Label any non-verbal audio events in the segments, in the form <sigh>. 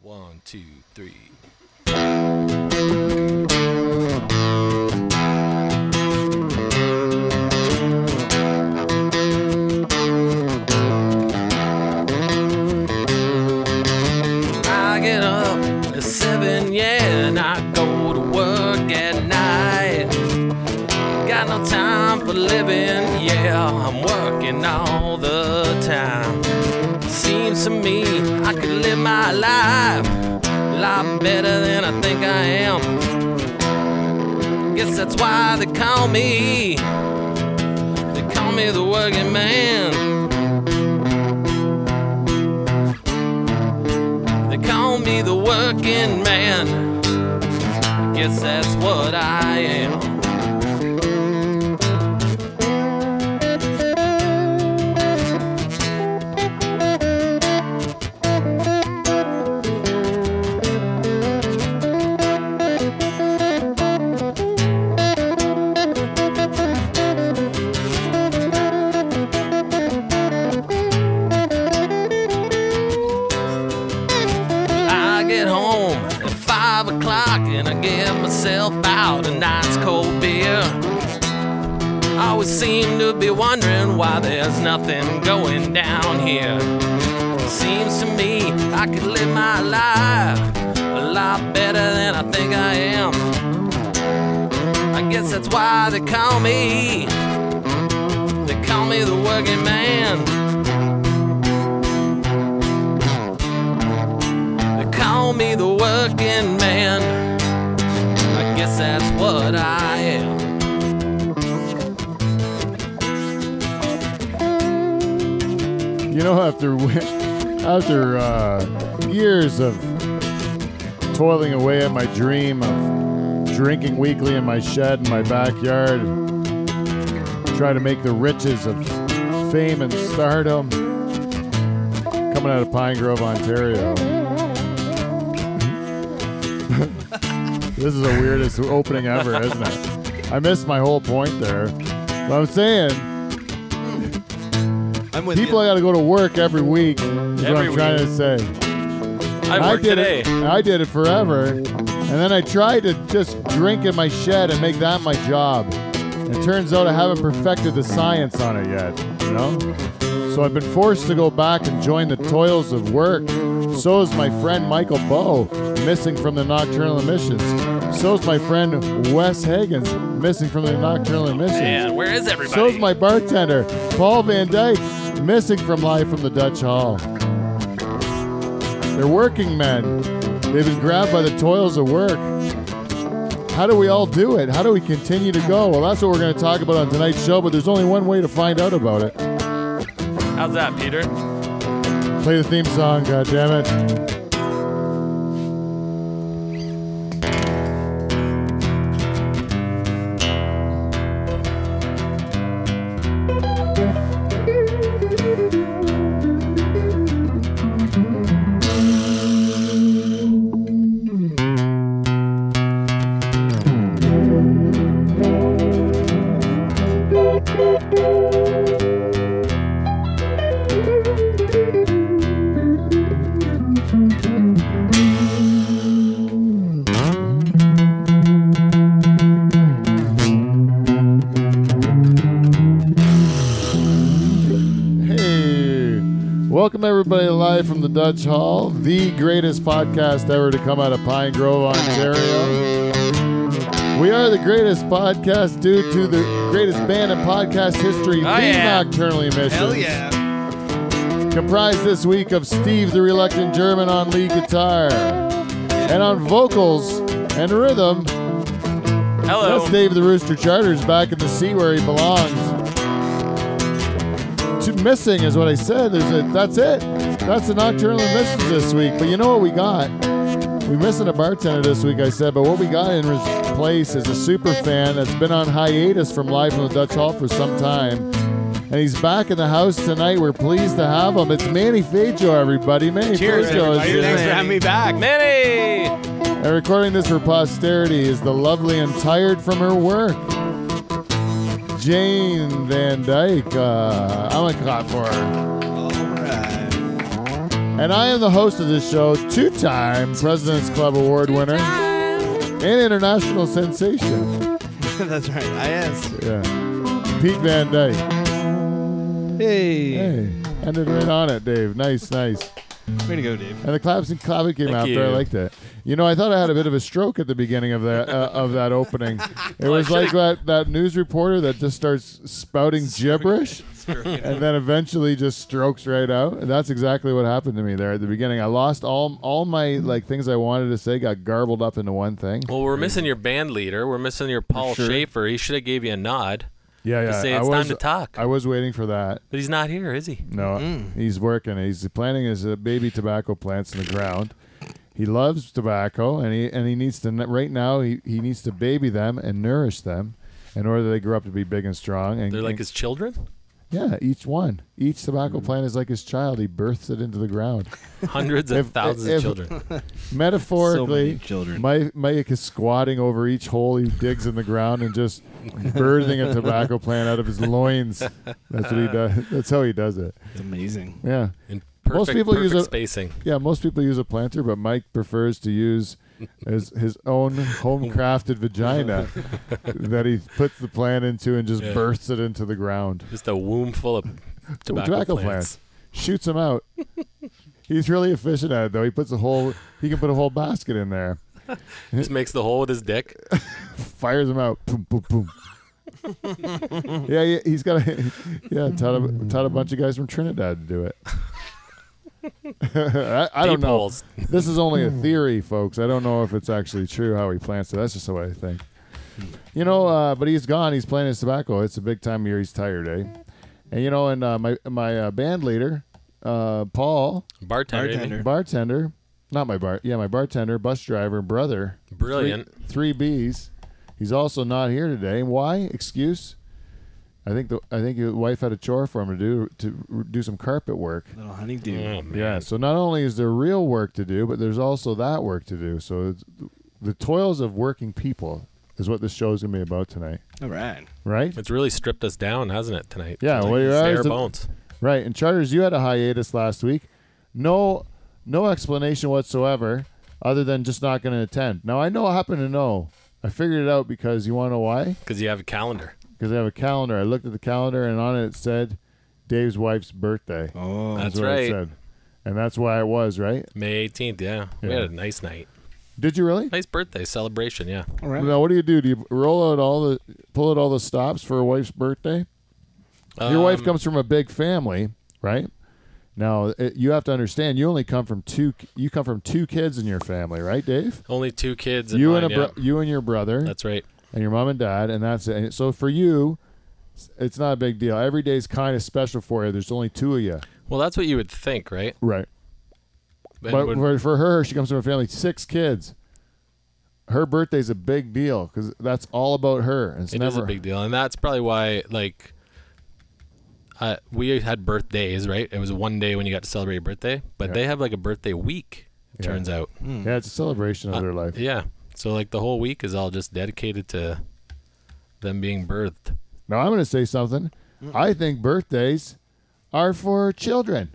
One, two, three. I get up at seven, yeah, and I go to work at night. Got no time for living, yeah, I'm working all the time. Seems to me I could live my life a lot better than I think I am. Guess that's why they call me, they call me the working man. They call me the working man. Guess that's what I am. I get home at five o'clock and I get myself out a nice cold beer. I always seem to be wondering why there's nothing going down here. Seems to me I could live my life a lot better than I think I am. I guess that's why they call me. They call me the working man. They call me the working man. I guess that's what I am. You know, after after uh, years of toiling away at my dream of drinking weekly in my shed in my backyard, trying to make the riches of fame and stardom, coming out of Pine Grove, Ontario. <laughs> this is the weirdest opening ever, isn't it? I missed my whole point there. But I'm saying I'm with people you. I got to go to work every week. Is what Every I'm trying to say. I I work did today. it. I did it forever, and then I tried to just drink in my shed and make that my job. It turns out I haven't perfected the science on it yet. You know, so I've been forced to go back and join the toils of work. So is my friend Michael Bow, missing from the nocturnal emissions. So is my friend Wes Higgins, missing from the nocturnal emissions. Man, where is everybody? So is my bartender, Paul Van Dyke, missing from Live from the Dutch Hall. They're working men. They've been grabbed by the toils of work. How do we all do it? How do we continue to go? Well, that's what we're going to talk about on tonight's show, but there's only one way to find out about it. How's that, Peter? Play the theme song, God damn it! Hey! Welcome, everybody, live from the Dutch Hall, the greatest podcast ever to come out of Pine Grove, Ontario. We are the greatest podcast due to the greatest band in podcast history, Oh, the yeah. Nocturnal Emissions. Hell yeah. Comprised this week of Steve the Reluctant German on lead guitar. And on vocals and rhythm, Hello. that's um, Dave the Rooster Charters back in the sea where he belongs. Two missing is what I said. There's a that's it. That's the nocturnal emissions this week. But you know what we got? We're missing a bartender this week, I said, but what we got in his place is a super fan that's been on hiatus from Live from the Dutch Hall for some time. And he's back in the house tonight. We're pleased to have him. It's Manny Fajo, everybody. Manny Cheers, Fajo is everybody. here. Thanks for having me back. Manny! And recording this for posterity is the lovely and tired from her work, Jane Van Dyke. Uh, I'm a cop for her. All right. And I am the host of this show, two time President's Club Award winner and international sensation. <laughs> That's right. I asked. Yeah. Pete Van Dyke. Hey. Hey, ended right on it, Dave. Nice, nice. Way to go, Dave. And the claps and clapping came Thank after. I you. like that. You know, I thought I had a bit of a stroke at the beginning of that uh, of that <laughs> opening. It was like that, that news reporter that just starts <laughs> spouting gibberish and then eventually just strokes right out. And that's exactly what happened to me there at the beginning. I lost all all my like things I wanted to say got garbled up into one thing. Well, we're missing your band leader. We're missing your Paul sure. Schaefer. He should have gave you a nod, Yeah, yeah. say I it's time was, to talk. I was waiting for that. but he's not here, is he? No, he's working. He's planting his uh, baby tobacco plants in the ground. He loves tobacco, and he and he needs to n- right now. He, he needs to baby them and nourish them in order they grow up to be big and strong. And They're like and- his children, yeah, each one, each tobacco plant is like his child. He births it into the ground. hundreds of If- thousands if- <laughs> of children. So many Metaphorically, children. my Mike is squatting over each hole he digs in the ground and just birthing a tobacco plant out of his loins. That's what he does. That's how he does it. It's amazing. Yeah. In perfect, Most people use perfect a- spacing. Yeah, most people use a planter, but Mike prefers to use his, his own home crafted vagina that he puts the plant into and just Yeah. bursts it into the ground. Just a womb full <laughs> of tobacco, plants. Shoots him out. He's really efficient at it, though. He puts a whole, he can put a whole basket in there, Just makes the hole with his dick. fires him out. Boom, boom, boom. yeah, he, he's got a, yeah, taught a, taught a bunch of guys from Trinidad to do it. <laughs> I, <laughs> I don't Deep know. holes. This is only a theory, folks. I don't know if it's actually true how he plants it. That's just the way I think. You know, uh, but he's gone. He's planting his tobacco. It's a big time of year. He's tired, eh? And you know, and uh, my my uh, band leader, uh, Paul, Bartender. isn't he? Bartender. bartender, not my bar, yeah, my bartender, bus driver, brother, Brilliant. three, three B's. He's also not here today. Why? Excuse? I think the I think his wife had a chore for him to do to do some carpet work. Little honeydew. Oh, man. Yeah. So not only is there real work to do, but there's also that work to do. So it's, the toils of working people is what this show is going to be about tonight, All right. right? It's really stripped us down, hasn't it, tonight? Yeah, It's well, you're bare ours to- bones. Right. And charters, you had a hiatus last week. No, no explanation whatsoever, other than just not going to attend. Now I know. I happen to know. I figured it out because you want to know why? Because you have a calendar. Because I have a calendar. I looked at the calendar, and on it it said Dave's wife's birthday. Oh. That's what It right. said. And that's why it was right. May 18th, yeah. We Yeah. had a nice night. Did you really? Nice birthday celebration, yeah. All right. Now, what do you do? Do you roll out all the pull out all the stops for a wife's birthday? Your wife Um, comes from a big family, right? Now it, you have to understand. You only come from two. You come from two kids in your family, right, Dave? Only two kids. You mine, and a bro- yeah. you and your brother That's right. and your mom and dad, and that's it. And so for you, it's- it's not a big deal. Every day's kind of special for you. There's only two of you, Well, that's what you would think, right? right? But But would- for, for her, she comes from a family six kids. Her birthday's a big deal because that's all about her. and It's it never is a big deal, and that's probably why, like, uh, we had birthdays, right? It was one day when you got to celebrate your birthday, but Yeah. they have like a birthday week. It Yeah. turns out, Hmm. Yeah, it's a celebration of their life. yeah. So like the whole week is all just dedicated to them being birthed. Now I'm going to say something. I think birthdays are for children.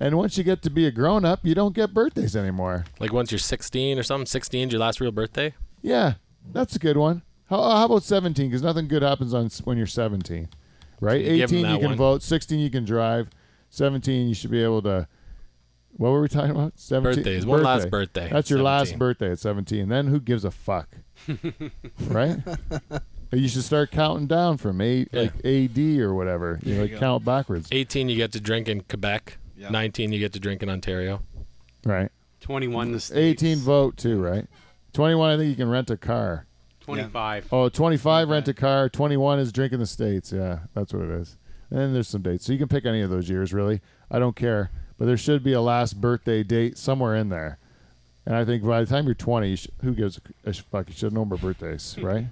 And once you get to be a grown up, you don't get birthdays anymore. Like once you're 16 or something, 16 is your last real birthday. Yeah, that's a good one. How, uh, how about 17? Because nothing good happens on s- when you're 17, right? So you give 18 'em you that can one. vote, 16 you can drive, 17 you should be able to. What were we talking about? 17 Birthdays, one last birthday, That's your last 17. birthday at 17. Then who gives a <laughs> fuck, right? You should start counting down from eight, Yeah. like AD or whatever. You There like you go. count backwards, 18, you get to drink in Quebec. Yeah. 19, you get to drink in Ontario. right? 21 the states. 18 vote too, right? 21, I think you can rent a car. 25. Oh, 25 rent a car. 21 is drink in the States. Yeah, that's what it is. And then there's some dates. So you can pick any of those years, really. I don't care. But there should be a last birthday date somewhere in there. And I think by the time you're 20, you sh- who gives a sh- fuck? You should know more birthdays, right?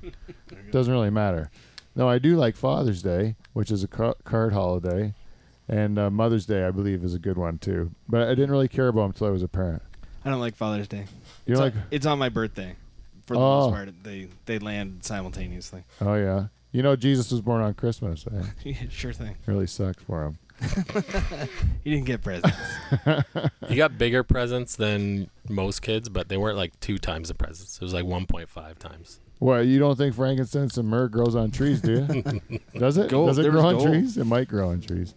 Doesn't really matter. No, I do like Father's Day, which is a ca- card holiday. And uh, Mother's Day, I believe, is a good one, too. But I didn't really care about them until I was a parent. I don't like Father's Day. You're it's, like, on, it's on my birthday. For the Oh. most part, they they land simultaneously. <laughs> Oh yeah. You know Jesus was born on Christmas. Eh? sure thing. Really sucks for him. He didn't get presents. You got bigger presents than most kids, but they weren't like two times the presents. It was like 1.5 times. Well, you don't think frankincense and myrrh grows on trees, do <laughs> you? Does it? Gold. Does it There was grow on gold. trees? It might grow on trees.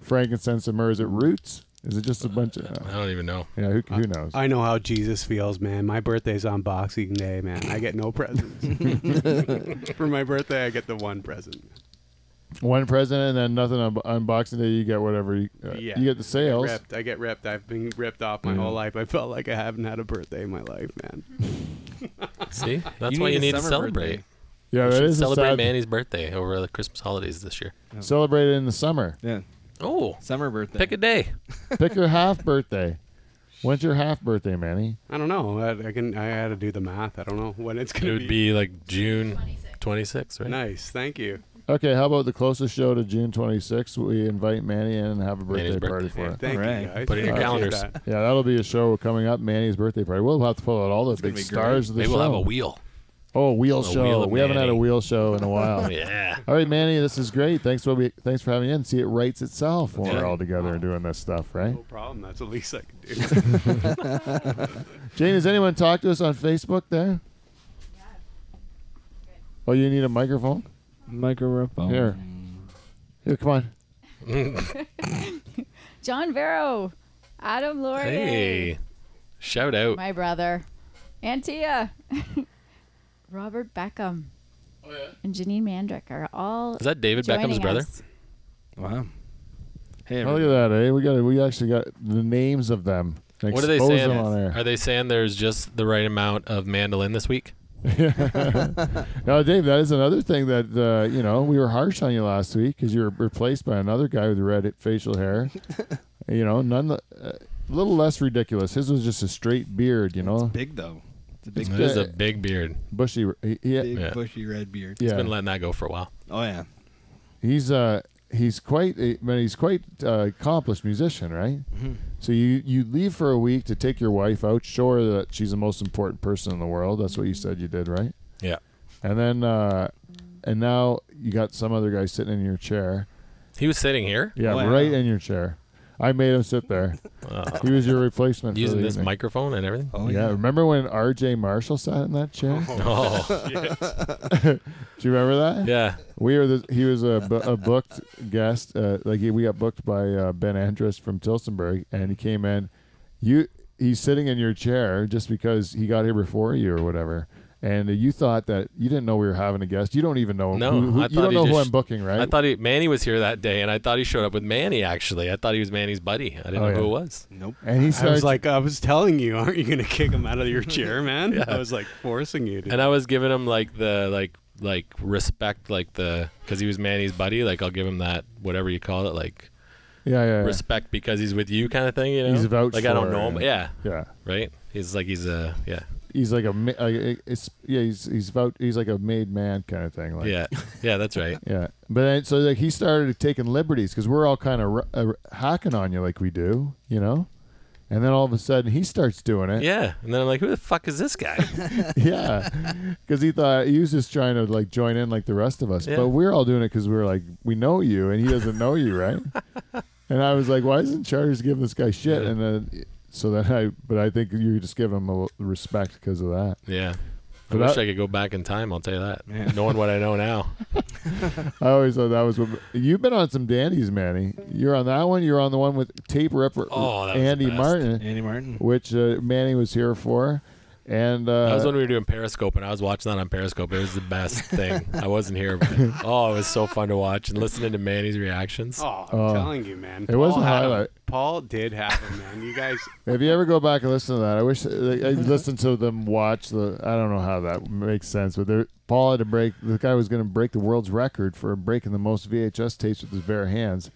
Frankincense and myrrh is it roots? Is it just a bunch of? uh, I don't <laughs> even know. Yeah, who, who knows? I know how Jesus feels, man. My birthday's on Boxing Day, man. I get no <laughs> presents. For my birthday, I get the one present. One president and then nothing on, on Boxing Day. You get whatever you, uh, Yeah. you get the sales. Ripped. I get ripped. I've been ripped off my whole life. I felt like I haven't had a birthday in my life, man. See? That's why you a need to summer celebrate. Yeah, that Should is celebrate a sad, Manny's birthday over the Christmas holidays this year. Celebrate it in the summer. birthday. Yeah, Oh, summer birthday. pick a day. Pick your half birthday. When's your half birthday, Manny? I don't know. I, I can. I had to do the math. I don't know when it's It gonna would be like June 26th, right? Nice. Thank you. Okay, how about the closest show to June 26th? We invite Manny in and have a birthday, Manny's party birthday, for yeah. him. Thank Alright. you guys. Put it in your I appreciate calendars. that. <laughs> Yeah, that'll be a show coming up. Manny's birthday party. We'll have to pull out all the gonna big be great. stars of the Maybe show. we'll have a wheel. Oh, wheel A show. wheel of we haven't had a Manny. wheel show <laughs> in a while. Yeah. All right, Manny, this is great. Thanks for we, thanks for having me in. See, it writes itself when Yeah. we're all together and doing this stuff, right? No problem. That's the least I can <laughs> do. Jane, has anyone talked to us on Facebook there? Oh, you need a microphone? Oh. Microphone. Here. Here, come on. John Vero, Adam Laurier, Hey. Shout out. my brother, Antia, <laughs> Robert Beckham, and Janine Mandrick are all. Is that David Beckham's joining brother? us. Wow. Hey, Oh, look everybody. at that, eh? We got we actually got the names of them. and What are they expose saying? them on air. Are they saying there's just the right amount of mandolin this week? Now, Dave, that is another thing that uh, you know we were harsh on you last week because you were replaced by another guy with red facial <laughs> hair. you know, none the, uh, a little less ridiculous. His was just a straight beard. You know, Big though. It's a big, It big. is a big beard. bushy. He, he- big Yeah. bushy red beard. He's yeah, been letting that go for a while. Oh yeah. he's uh he's quite a, I mean, he's quite uh, accomplished musician, right? Mm-hmm. So you you leave for a week to take your wife out, show her that she's the most important person in the world. That's what you Mm-hmm. said you did, right? Yeah. And then uh, and now you got some other guy sitting in your chair. He was sitting here Yeah, Wow. right in your chair. I made him sit there. Wow. He was your replacement. for using the this evening. microphone and everything. Oh yeah, yeah. remember when R.J. Marshall sat in that chair? Oh, Do you remember that? <laughs> yeah. we were. The, he was a, bu- a booked guest. Uh, like he, we got booked by uh, Ben Andrus from Tilsonburg, and he came in. You, he's sitting in your chair just because he got here before you or whatever. And you thought that you didn't know we were having a guest. You don't even know. No, who, who- I you thought don't he know who just- I'm booking, right? I thought he, Manny was here that day, and I thought he showed up with Manny. Actually, I thought he was Manny's buddy. I didn't Oh, know who yeah. it was. Nope. and he I starts was like, I was telling you, aren't you gonna kick him out of your <laughs> chair, man? I was like forcing you to. And I was giving him like the like like respect, like the because he was Manny's buddy. Like I'll give him that whatever you call it, like yeah, yeah, yeah. respect because he's with you kind of thing. You know, He's vouched like I don't for, know him. yeah. but Yeah, yeah. right. He's like he's a yeah he's like a, ma- like, it's, yeah he's he's about he's like a made man kind of thing like <laughs> yeah yeah. That's right. yeah but then, so like he started taking liberties because we're all kind of uh, hacking on you like we do you know and then all of a sudden he starts doing <laughs> it Yeah, and then I'm like, who the fuck is <laughs> this guy? because he thought he was just trying to like join in like the rest of us Yeah. but we're all doing it because we're like we know you and he doesn't know you <laughs> right and I was like why isn't Charters giving this guy shit Yeah. and then so then I but I think you just give him a l- respect because of that Yeah. But I wish that- I could go back in time. I'll tell you that. Yeah. Knowing what I <laughs> know now, I always thought that was what you've been on some dandies, Manny. You're on that one. You're on the one with tape rep Oh, that was the Andy best. Martin, Andy Martin. which uh, Manny was here for, and uh, that was when we were doing Periscope, and I was watching that on Periscope. It was the best thing. I wasn't <laughs> here. But, oh, it was so fun to watch and listening to Manny's reactions. Oh, I'm Oh. telling you, man. It was Paul a had him. highlight. Paul did have him, man. You guys, if you ever go back and listen to that, I wish uh, I listened to them watch the. I don't know how that makes sense, but there, Paul had to break. The guy was going to break the world's record for breaking the most VHS tapes with his bare hands,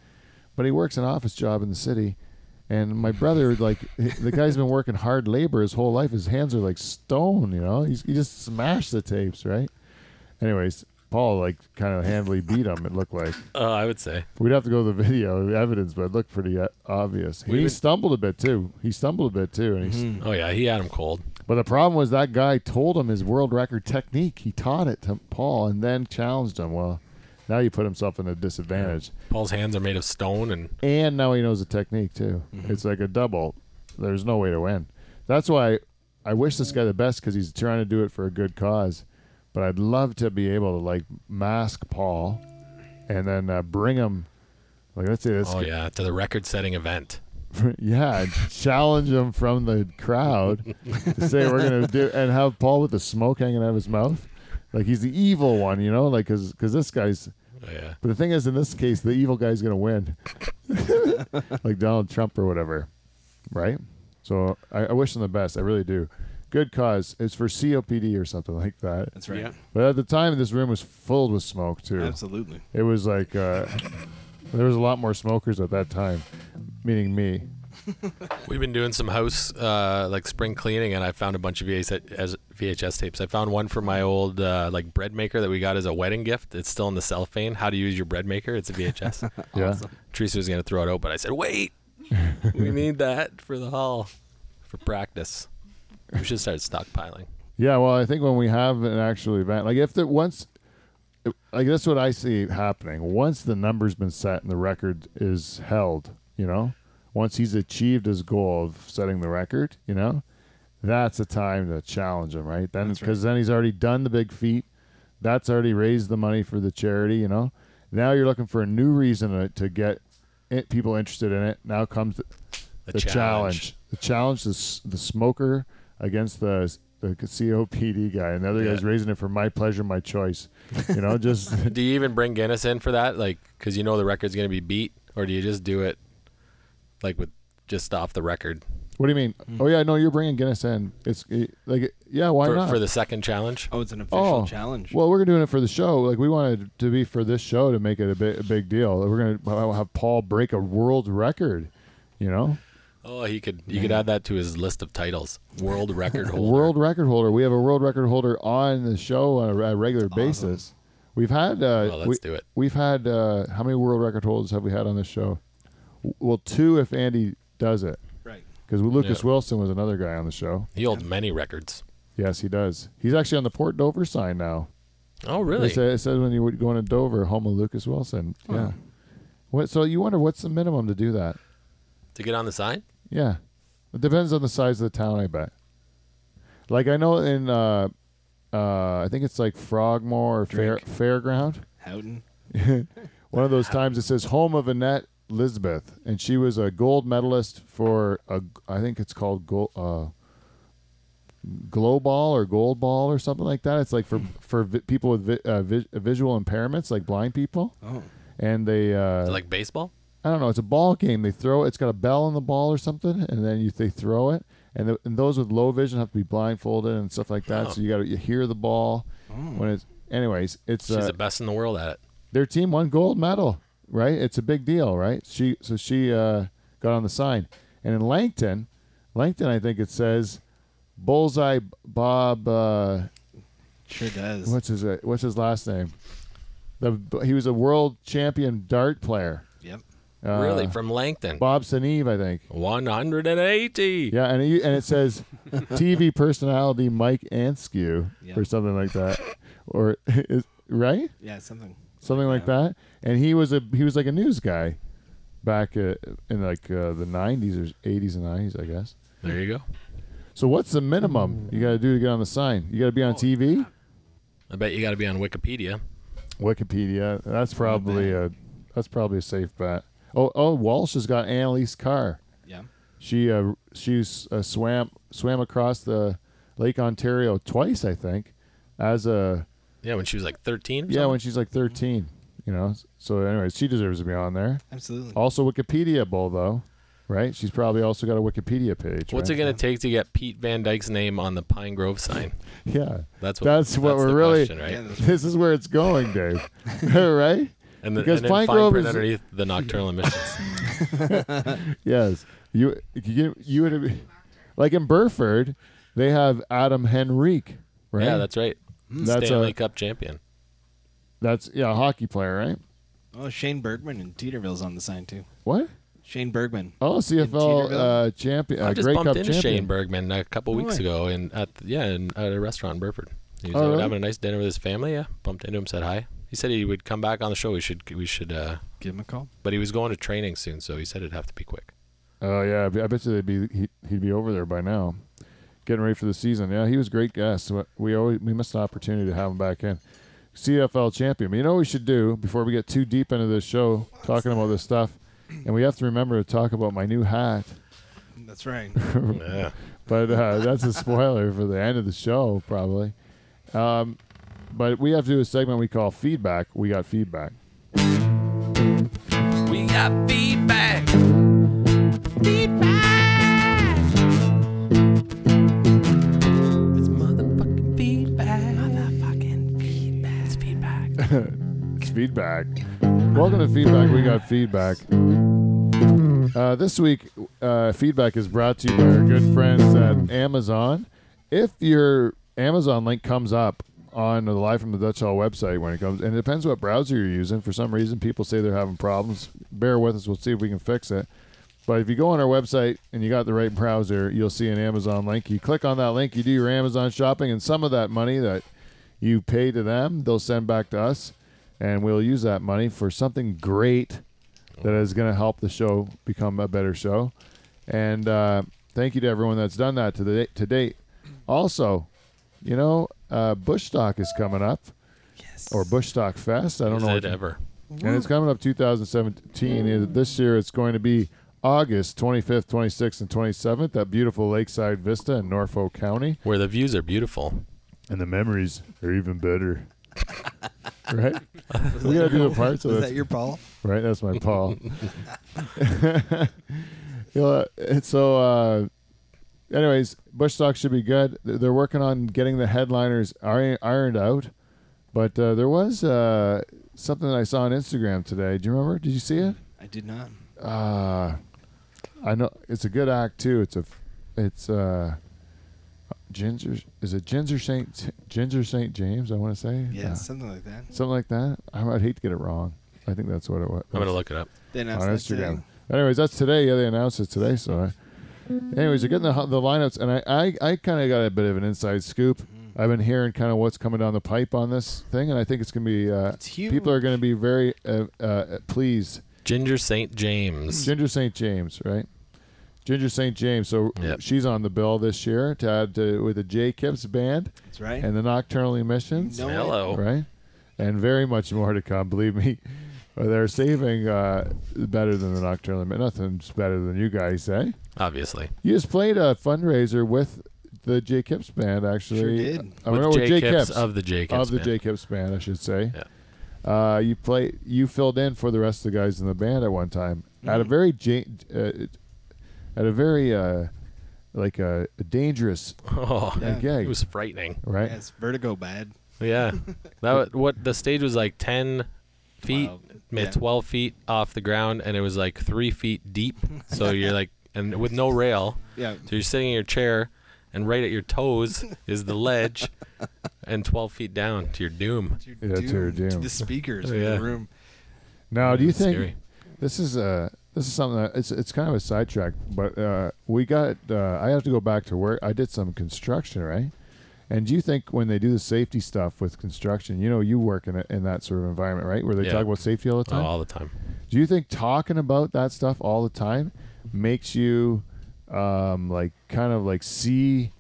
but he works an office job in the city. And my brother, like the guy's been working hard labor his whole life. His hands are like stone, you know. He's, he just smashed the tapes, right? Anyways, Paul like kind of handily beat him. It looked like Uh, I would say. We'd have to go to the video evidence, but it looked pretty uh, obvious. He We've been- stumbled a bit too. He stumbled a bit too, and he's, Oh yeah, he had him cold. but the problem was that guy told him his world record technique. He taught it to Paul and then challenged him. Well, Now he put himself in a disadvantage. Paul's hands are made of stone, and And now he knows the technique too. Mm-hmm. It's like a double. There's no way to win. That's why I wish this guy the best because he's trying to do it for a good cause. But I'd love to be able to like mask Paul, and then uh, bring him. Like let's say this. oh yeah, to the record-setting event. <laughs> yeah, I'd challenge him from the crowd to say we're gonna do and have Paul with the smoke hanging out of his mouth, like he's the evil one, you know, like because this guy's. Oh, yeah, But the thing is, in this case, the evil guy's gonna win, <laughs> like Donald Trump or whatever, right? So I, I wish him the best. I really do. Good cause. It's for COPD or something like that. That's right. Yeah. But at the time, this room was filled with smoke too. Absolutely. It was like uh, there was a lot more smokers at that time, meaning me. we've been doing some house uh, like spring cleaning, and I found a bunch of VHS, as- VHS tapes. I found one for my old uh, like bread maker that we got as a wedding gift. It's still in the cellophane. How to use your bread maker? It's a VHS. <laughs> Yeah. Teresa was gonna throw it out, but I said, "Wait, <laughs> we need that for the hall for practice. We should start stockpiling." Yeah, well, I think when we have an actual event, like if the once, like that's what I see happening. Once the number's been set and the record is held, you know, once he's achieved his goal of setting the record, you know, that's a time to challenge him, right? Then because then he's already done the big feat. That's already raised the money for the charity, you know. Now you're looking for a new reason to, to get it, people interested in it. Now comes the, The the challenge. challenge. The challenge is the smoker against the the COPD guy, and the other guy's raising it for my pleasure, my choice. <laughs> You know, just Do you even bring Guinness in for that? Like, because you know the record's going to be beat, or do you just do it like with just off the record what do you mean? Oh yeah, no, you're bringing Guinness in. It's it- like yeah, why for, not for the second challenge? Oh, it's an official Oh, challenge. well, we're doing it for the show. Like we wanted to be for this show to make it a, bi- a big deal. We're gonna have Paul break a world record. You know, Oh, he could you could add that to his list of titles. <laughs> World record holder. world record holder. We have a world record holder on the show on a, re- regular basis. We've had. Uh, Well, let's we- do it. We've had uh, how many world record holders have we had on this show? W- Well, two if Andy does it, right. because Lucas Yeah. Wilson was another guy on the show. He holds many records. Yes, he does. He's actually on the Port Dover sign now. Oh, It really? sa- it says when you were going to Dover, home of Lucas Wilson. Yeah. What? So you wonder what's the minimum to do that? to get on the sign? Yeah. It depends on the size of the town, I bet. Like I know in uh uh I think it's like Frogmore or Fair, Fairground. Howden. One of those times it says home of Annette Lisbeth and she was a gold medalist for a I think it's called gold uh glow ball or gold ball or something like that. It's like for for vi- people with vi- uh, vi- visual impairments like blind people. Oh. And they uh like baseball? I don't know. It's a ball game. They throw. It's got a bell on the ball or something, and then you they throw it. And, the, and those with low vision have to be blindfolded and stuff like that. So you got to you hear the ball when it's. Anyways, it's She's uh, the best in the world at it. their team won gold medal, right? It's a big deal, right? She so she uh, got on the sign, and in Langton, Langton, I think it says, bullseye Bob. Uh, Sure does. what's his uh, What's his last name? The, he was a world champion dart player. Yep. Uh, really? From Langton. Bob Seneve, I think. 180. Yeah, and it, and it says TV personality Mike Anskew Yeah. or something like that, or <laughs> is, right Yeah, something. something like that. And he was a he was like a news guy back uh, in like uh, the nineties or eighties and nineties, I guess. There you go. So what's the minimum you got to do to get on the sign? You got to be on TV, I bet you got to be on Wikipedia. Wikipedia. That's probably a that's probably a safe bet. Oh oh, Walsh has got Annalise Carr. Yeah. She uh, she s- uh, swam swam across the Lake Ontario twice, I think, as a Yeah, when she was like 13 or yeah something. when she's like 13. You know, so anyways, she deserves to be on there. Absolutely. Also, Wikipedia Bowl though, right? She's probably also got a Wikipedia page. What's right? it going to take to get Pete Van Dyke's name on the Pine Grove sign? <laughs> Yeah, That's what, that's what we're the really. question, right? Yeah, <laughs> that's- This is where it's going, Dave. <laughs> right? and, the, because and then Pine fine Grove print is- underneath the <laughs> nocturnal emissions. Yes. You you you would like in Burford, they have Adam Henrique, right? Hmm. Yeah, that's right. That's Stanley a- Cup champion. that's yeah, a hockey player, right? Oh, Shane Bergman and Teeterville's on the sign too. What? Shane Bergman. Oh, CFL Teeterville? uh, champion, I uh, just Grey bumped Cup into champion. Shane Bergman a couple weeks ago, in at yeah, in, at a restaurant in Burford. He was Oh, out really? having a nice dinner with his family. Yeah, bumped into him, said hi. He said he would come back on the show. We should we should. Uh, Give him a call. but he was going to training soon, so he said it'd have to be quick. Oh yeah, I bet- I bet you they'd be he'd, he'd be over there by now, getting ready for the season. Yeah, he was a great guest. We- We always we missed an opportunity to have him back in. CFL champion. But You know what we should do before we get too deep into this show, talking about this stuff, and we have to remember to talk about my new hat. That's right. yeah. But uh, <laughs> that's a spoiler for the end of the show, probably. Um, but we have to do a segment we call feedback. We got feedback. We got feedback. Feedback. It's motherfucking feedback. Motherfucking feedback. It's feedback. It's feedback. Welcome to feedback. We got feedback. Uh, this week, uh, feedback is brought to you by our good friends at Amazon. If your Amazon link comes up on the Live from the Dutch Hall website when it comes, and it depends what browser you're using. For some reason, people say they're having problems. Bear with us. We'll see if we can fix it. But if you go on our website and you got the right browser, you'll see an Amazon link. You click on that link, you do your Amazon shopping, and some of that money that you pay to them, they'll send back to us, and we'll use that money for something great that is going to help the show become a better show. And uh, thank you to everyone that's done that to, the, to date. Also, you know, uh, Bush Stock is coming up. Yes. Or Bush Stock Fest. I don't Is know. it what- ever? and it's coming up 2017. And This year it's going to be August 25th, 26th, and 27th at beautiful Lakeside Vista in Norfolk County. Where the views are beautiful. And the memories are even better. <laughs> <laughs> right? We got to do the parts of Is this. that your Paul? Right, that's my <laughs> Paul. <laughs> You know, and so, uh, anyways, Bush Stock should be good. They're they're working on getting the headliners ir- ironed out, but uh, there was uh, something that I saw on Instagram today. Do you remember? Did you see it? I did not. Uh, I know it's a good act too. It's a, f- it's uh, Ginger. Is it Ginger Saint Ginger Saint James? I want to say Yeah, Uh, something like that. something like that. I, would hate to get it wrong. I think that's what it was I'm gonna look it up. They on announced that Instagram. today. Anyways, that's today. Yeah, they announced it today. So, I, anyways, they're getting the, the lineups, and I, I, I kind of got a bit of an inside scoop. Mm-hmm. I've been hearing kind of what's coming down the pipe on this thing, and I think it's gonna be uh, It's huge. people are gonna be very uh, uh, pleased. Ginger St. James. Ginger St. James, right? Ginger St. James. So Yep. she's on the bill this year to add to, with the J. Kips band That's right. and the Nocturnal Emissions No, Hello. right? And very much more to come. Believe me, <laughs> they're saving uh, better than the nocturnal. Emit- Nothing's better than you guys, eh? Obviously. You just played a fundraiser with the J Kips band, actually. Sure did. I with know J. with J Kipps Kips of the J. Kipps of the band. J Kips band, I should say. Uh, you play. You filled in for the rest of the guys in the band at one time at a very J, uh, at a very uh, like a, dangerous Oh, uh, gig, it was frightening. right? Yeah, it's vertigo bad. <laughs> Yeah. that wa- what the stage was like ten feet, Wow. ma- Yeah. twelve feet off the ground, and it was like three feet <laughs> deep. So you're like, and with no rail. Yeah. So you're sitting in your chair, and right at your toes is the <laughs> ledge, and twelve feet down to your doom. You're Yeah, to your doomed to doom. the speakers Oh, in yeah. the room. Now, do you think Scary. this is a this is something that it's it's kind of a sidetrack, but uh, we got uh, I have to go back to work. I did some construction, right? And do you think when they do the safety stuff with construction, you know, you work in a, in that sort of environment, right, where they Yeah. talk about safety all the Oh, time? all the time. Do you think talking about that stuff all the time makes you um, like kind of like see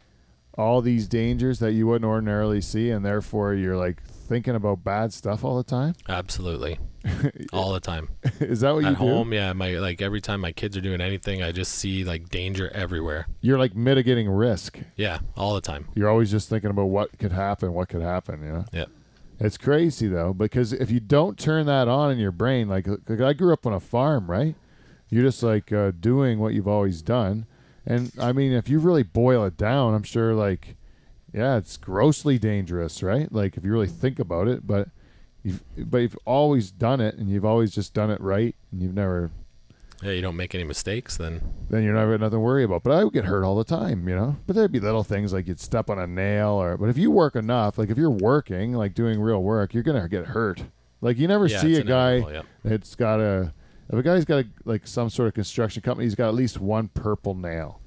all these dangers that you wouldn't ordinarily see, and therefore you're like thinking about bad stuff all the time? <laughs> Absolutely. all the time. is that what At you do? home, yeah, my like every time my kids are doing anything, I just see like danger everywhere. You're like mitigating risk. Yeah, all the time. you're always just thinking about what could happen, what could happen, you know? Yeah. It's crazy though, because if you don't turn that on in your brain, like, like I grew up on a farm, right? You're just like uh, doing what you've always done. And I mean, if you really boil it down, I'm sure like, yeah, it's grossly dangerous, right? Like if you really think about it, but you've, but you've always done it and you've always just done it right and you've never, Yeah, you don't make any mistakes then. then you're never nothing to worry about. But I would get hurt all the time, you know. But there'd be little things like you'd step on a nail, or but if you work enough, like if you're working, like doing real work, you're gonna get hurt. Like you never Yeah, see it's a guy inevitable, yep. that's got a if a guy's got a, like some sort of construction company, he's got at least one purple nail.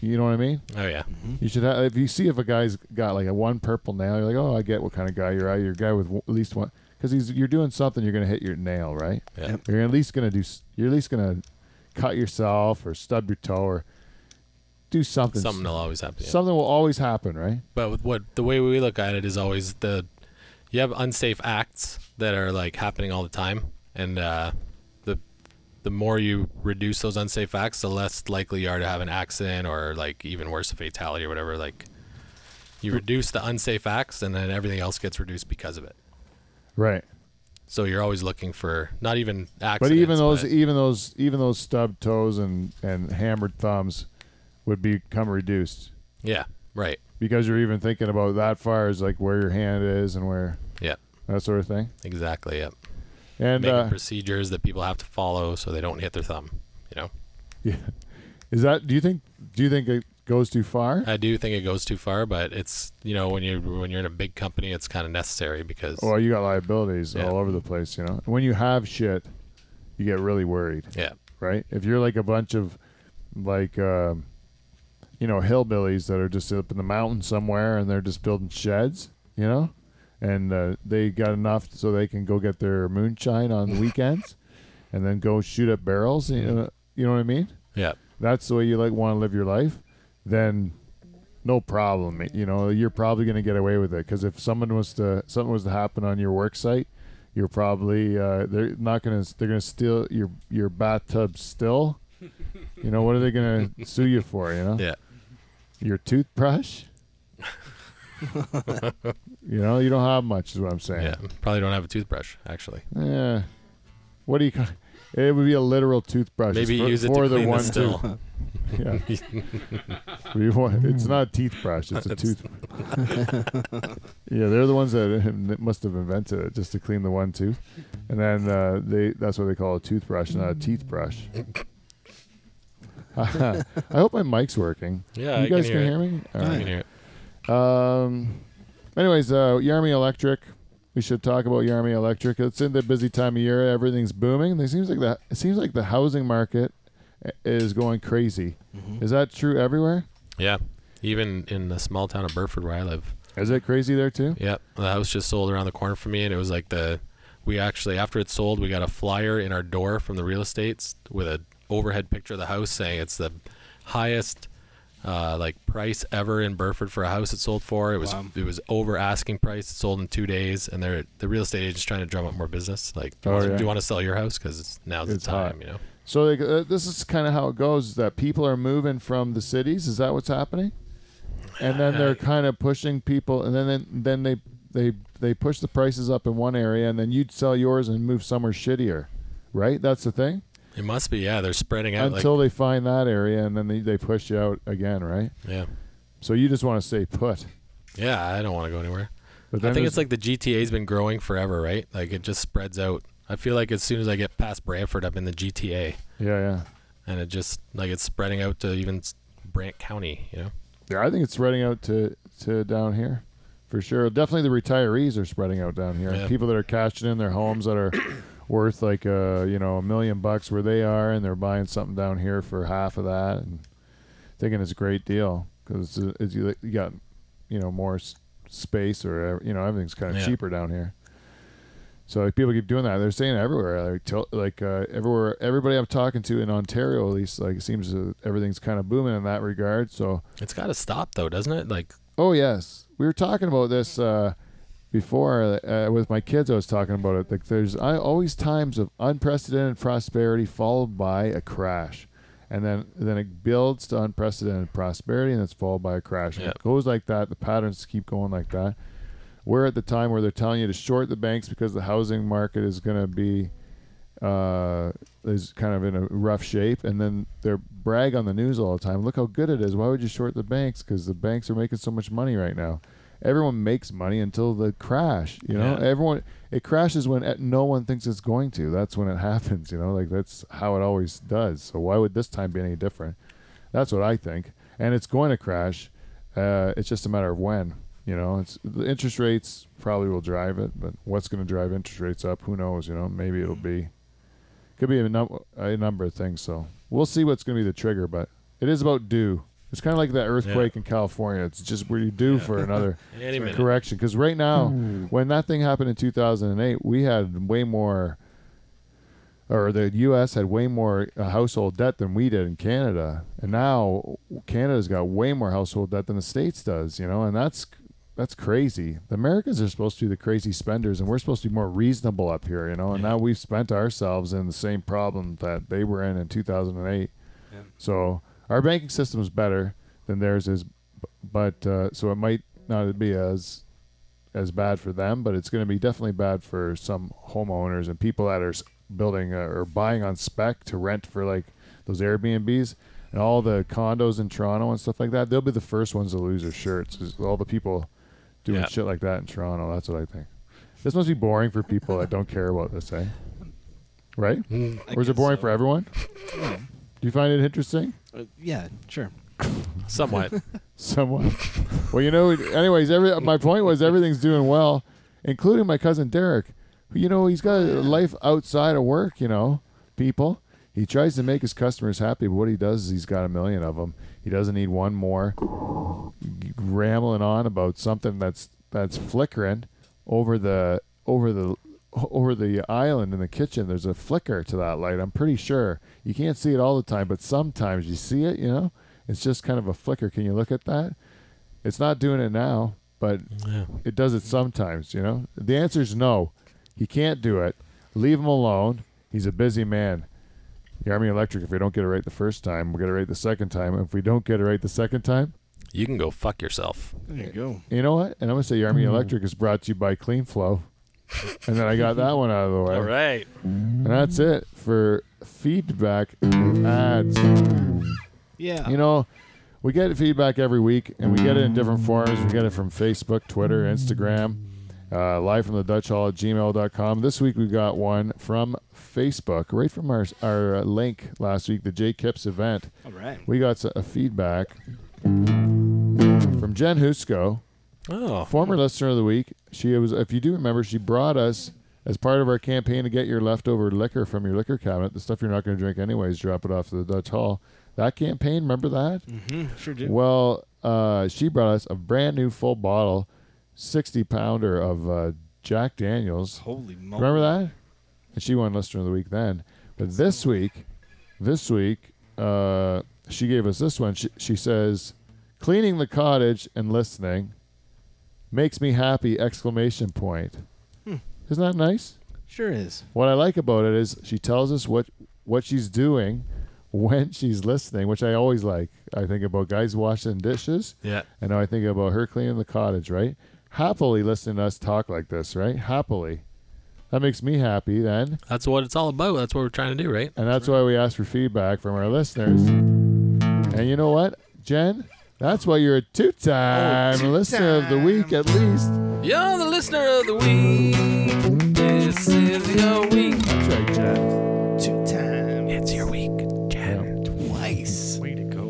You know what I mean? Oh yeah. You should have, if you see if a guy's got like a one purple nail, you're like, oh, I get what kind of guy you're. You're a guy with w- at least one. because you're doing something, you're going to hit your nail, right? Yeah. You're at least going to do. s- You're at least going to cut yourself or stub your toe or do something. Something will always happen. yeah. Something will always happen, right? But with what the way we look at it is always the you have unsafe acts that are like happening all the time, and uh, the the more you reduce those unsafe acts, the less likely you are to have an accident or like even worse, a fatality or whatever. Like you reduce the unsafe acts, and then everything else gets reduced because of it. Right. So you're always looking for not even accidents, But even those, but- even those, even those stubbed toes and and hammered thumbs would become reduced yeah, right, because you're even thinking about that far as like where your hand is and where yeah, that sort of thing. exactly, yeah. And Making uh, procedures that people have to follow so they don't hit their thumb. You know, yeah. is that? Do you think? Do you think it goes too far? I do think it goes too far, but it's you know when you when you're in a big company, it's kind of necessary because Well, you got liabilities Yeah. all over the place, you know. When you have shit, you get really worried, yeah, right? If you're like a bunch of like um, you know, hillbillies that are just up in the mountain somewhere and they're just building sheds, you know? And uh, they got enough so they can go get their moonshine on the weekends and then go shoot up barrels, you know, you know what I mean? yeah, that's the way you like want to live your life, then no problem. You know, you're probably going to get away with it because if someone was to something was to happen on your work site, you're probably uh, they're not going to they're going to steal your your bathtub still. You know what are they going to sue you for? You know yeah, your toothbrush. <laughs> you know you don't have much, is what I'm saying. yeah. Probably don't have a toothbrush actually. Yeah. What do you? call It would be a literal toothbrush. Maybe for, use it for to the clean one the still. yeah. <laughs> We want- Hmm. it's not a teeth brush. It's a <laughs> tooth. yeah, they're the ones that that must have invented it just to clean the one tooth, and then uh, they that's what they call a toothbrush, not a teeth <laughs> brush. <laughs> I hope my mic's working. Yeah, you I can guys hear can it. hear me. All I right. can hear it. Um. Anyways, uh, Yarmy Electric. We should talk about Yarmy Electric. It's in the busy time of year. Everything's booming. It seems like the it seems like the housing market i- is going crazy. Mm-hmm. Is that true everywhere? Yeah, even in the small town of Burford where I live. Is it crazy there too? Yep, the house just sold around the corner from me, and it was like the we actually after it sold, we got a flyer in our door from the real estates with a overhead picture of the house saying it's the highest uh, like price ever in Burford for a house it sold for. It was it was over asking price. It sold in two days, and they're the real estate agent's trying to drum up more business. Like, do you, Oh, want, yeah. to sell your house? Because now's It's the time, hot. you know. So like, uh, this is kind of how it goes: is that people are moving from the cities. Is that what's happening? And then they're kind of pushing people, and then then, then they they they push the prices up in one area, and then you'd sell yours and move somewhere shittier, right? That's the thing. It must be yeah. They're spreading out. Until they find that area, and then they, they push you out again, right? like, yeah, So you just want to stay put. yeah. I don't want to go anywhere. But I think there's- it's like the GTA's been growing forever, right? Like it just spreads out. I feel like as soon as I get past Brantford, I'm in the GTA, yeah, yeah, and it just like it's spreading out to even s- Brant County. You know? yeah. I think it's spreading out to to down here, for sure. Definitely the retirees are spreading out down here. Yeah. People that are cashing in their homes that are <coughs> worth like uh you know a million bucks where they are, and they're buying something down here for half of that, and thinking it's a great deal because it's, uh, it's you you got you know more s- space or uh, you know everything's kind of Yeah. cheaper down here. So like, people keep doing that. They're saying everywhere, like, till, like uh, everywhere. Everybody I'm talking to in Ontario, at least, like it seems uh, everything's kind of booming in that regard. So, It's got to stop though, doesn't it? Like oh yes, we were talking about this uh, before uh, with my kids. I was talking about it. Like there's I, always times of unprecedented prosperity followed by a crash, and then then it builds to unprecedented prosperity, and it's followed by a crash. And Yep. It goes like that. The patterns keep going like that. We're at the time where they're telling you to short the banks because the housing market is going to be uh, is kind of in a rough shape, and then they're brag on the news all the time. Look how good it is. Why would you short the banks? Because the banks are making so much money right now. Everyone makes money until the crash. You know, Yeah. everyone it crashes when uh, no one thinks it's going to. That's when it <laughs> happens. You know, like that's how it always does. So why would this time be any different? That's what I think. And it's going to crash. Uh, it's just a matter of when. You know, it's the interest rates probably will drive it, but what's going to drive interest rates up? Who knows? You know, maybe it'll be could be a, num- a number of things. So we'll see what's going to be the trigger, but it is about due. It's kind of like that earthquake in California. It's just what you do for another Any minute. correction. Because right now, when that thing happened in 2008, we had way more, or the U.S. had way more uh, household debt than we did in Canada, and now Canada's got way more household debt than the states does. You know, and that's that's crazy. The Americans are supposed to be the crazy spenders, and we're supposed to be more reasonable up here. You know, and now we've spent ourselves in the same problem that they were in in 2008. So our banking system is better than theirs is, b- but uh, so it might not be as as bad for them, but it's going to be definitely bad for some homeowners and people that are s- building uh, or buying on spec to rent for like those Airbnbs and all the condos in Toronto and stuff like that. They'll be the first ones to lose their shirts. Is all the people doing Yeah. shit like that in Toronto. That's what I think. This must be boring for people that don't care about this, eh? Right? Mm, I or is it guess boring so. for everyone? Do you find it interesting? Uh, yeah, sure. <laughs> <laughs> Somewhat. Somewhat. well, you know. Anyways, every my point was everything's doing well, including my cousin Derek. who, You know, he's got a life outside of work. You know, people. He tries to make his customers happy, but what he does is he's got a million of them. He doesn't need one more rambling on about something that's that's flickering over the over the over the island in the kitchen. There's a flicker to that light. I'm pretty sure you can't see it all the time, but sometimes you see it. You know, it's just kind of a flicker. Can you look at that? It's not doing it now, but Yeah. it does it sometimes. You know, the answer is no. He can't do it. Leave him alone. He's a busy man. The Army Electric. If we don't get it right the first time, we'll get it right the second time. If we don't get it right the second time, You can go fuck yourself. There you go. you know what? And I'm gonna say Hmm. Army Electric is brought to you by Clean Flow. and then I got that one out of the <laughs> way. All right. And that's it for feedback ads. Yeah. You know, we get feedback every week, and we get it in different forms. We get it from Facebook, Twitter, Instagram, uh, live from the Dutch Hall at gmail.com. This week we got one from Facebook, right from our, our uh, link last week, the J Kips event. All right. We got s- a feedback from Jen Husko. Oh. Former listener of the week. She was, if you do remember, she brought us as part of our campaign to get your leftover liquor from your liquor cabinet, the stuff you're not going to drink anyways, drop it off to the Dutch Hall. That campaign, remember that? Mm, sure do. Well, uh, she brought us a brand new full bottle, 60 pounder of uh, Jack Daniels. Holy moly. Remember that? And she won Listener of the Week then. But this week, this week, uh, she gave us this one. She, she says, "Cleaning the cottage and listening makes me happy!" Exclamation point. Isn't that nice? Sure is. What I like about it is she tells us what what she's doing when <laughs> she's listening, which I always like. I think about guys washing dishes. Yeah. And now I think about her cleaning the cottage, right? Happily listening to us talk like this, right? Happily. That makes me happy then. That's what it's all about. That's what we're trying to do, right? And that's why we ask for feedback from our listeners. And you know what, Jen? That's why you're a two time listener of the week at least. You're the listener of the week. This is your week. That's right, Jen. Two times. It's your week, Jen. Twice. Way to go.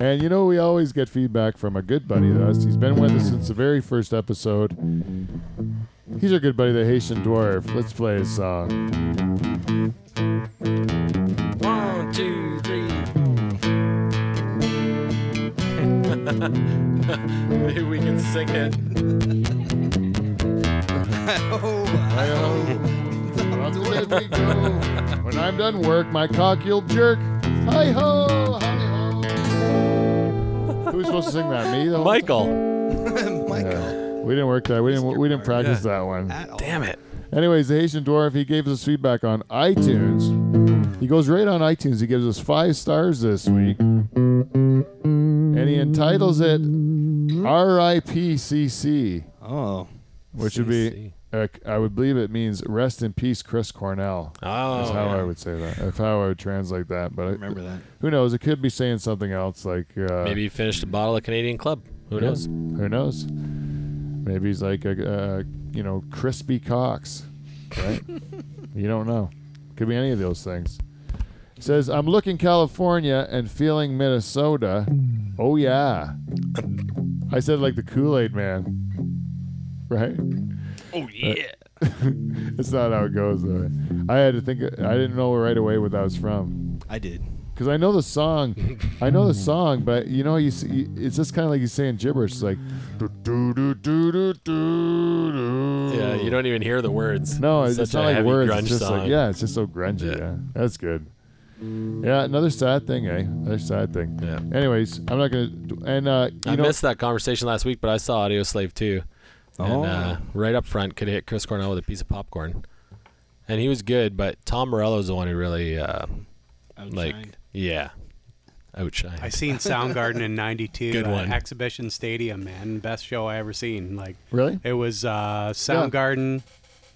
And you know, we always get feedback from a good buddy to us. He's been with us since the very first episode. He's our good buddy, the Haitian Dwarf. Let's play his song. One, two, three, four. Maybe we can sing it. Oh, Up the lid we go. When I'm done work, my cock you'll jerk. Hi ho, hi ho. Who was supposed to sing that? Me? The whole Michael. Michael. time? We didn't work that. We didn't. We didn't practice that one. At all. Damn it. Anyways, the Haitian dwarf he gives us feedback on iTunes. He goes right on iTunes. He gives us five stars this week, and he entitles it "R.I.P.C.C." Oh. which would be uh, I would believe it means rest in peace, Chris Cornell. Oh. That's how yeah. I would say that. That's how I would translate that. But I, Remember that. who knows? It could be saying something else, like uh, Maybe you finished a bottle of Canadian Club. Who yeah, knows? Who knows? Maybe he's like a, uh, you know crispy Cox, right? you don't know. Could be any of those things. Says I'm looking California and feeling Minnesota. Oh yeah, I said like the Kool Aid Man, right? Oh, yeah. It's not how it goes though. I had to think. I didn't know right away what that was from. I did. because I know the song, I <laughs> know the song, but you know you, see, it's just kind of like you saying gibberish, it's like do do do do do do. Yeah, you don't even hear the words. No, it's it's, it's such not a like heavy words. grunge It's just song. like yeah, it's just so grungy. Yeah. Yeah. that's good. Yeah, another sad thing, eh? Another sad thing. Yeah. Anyways, I'm not gonna. And uh, you I know, missed that conversation last week, but I saw Audio Slave too, Oh. and uh, right up front could hit Chris Cornell with a piece of popcorn, and he was good. But Tom Morello's the one who really, uh, like, yeah, outshined. I seen Soundgarden in '92 Good at one. Exhibition Stadium, man. Best show I ever seen. Like really, it was uh, Soundgarden.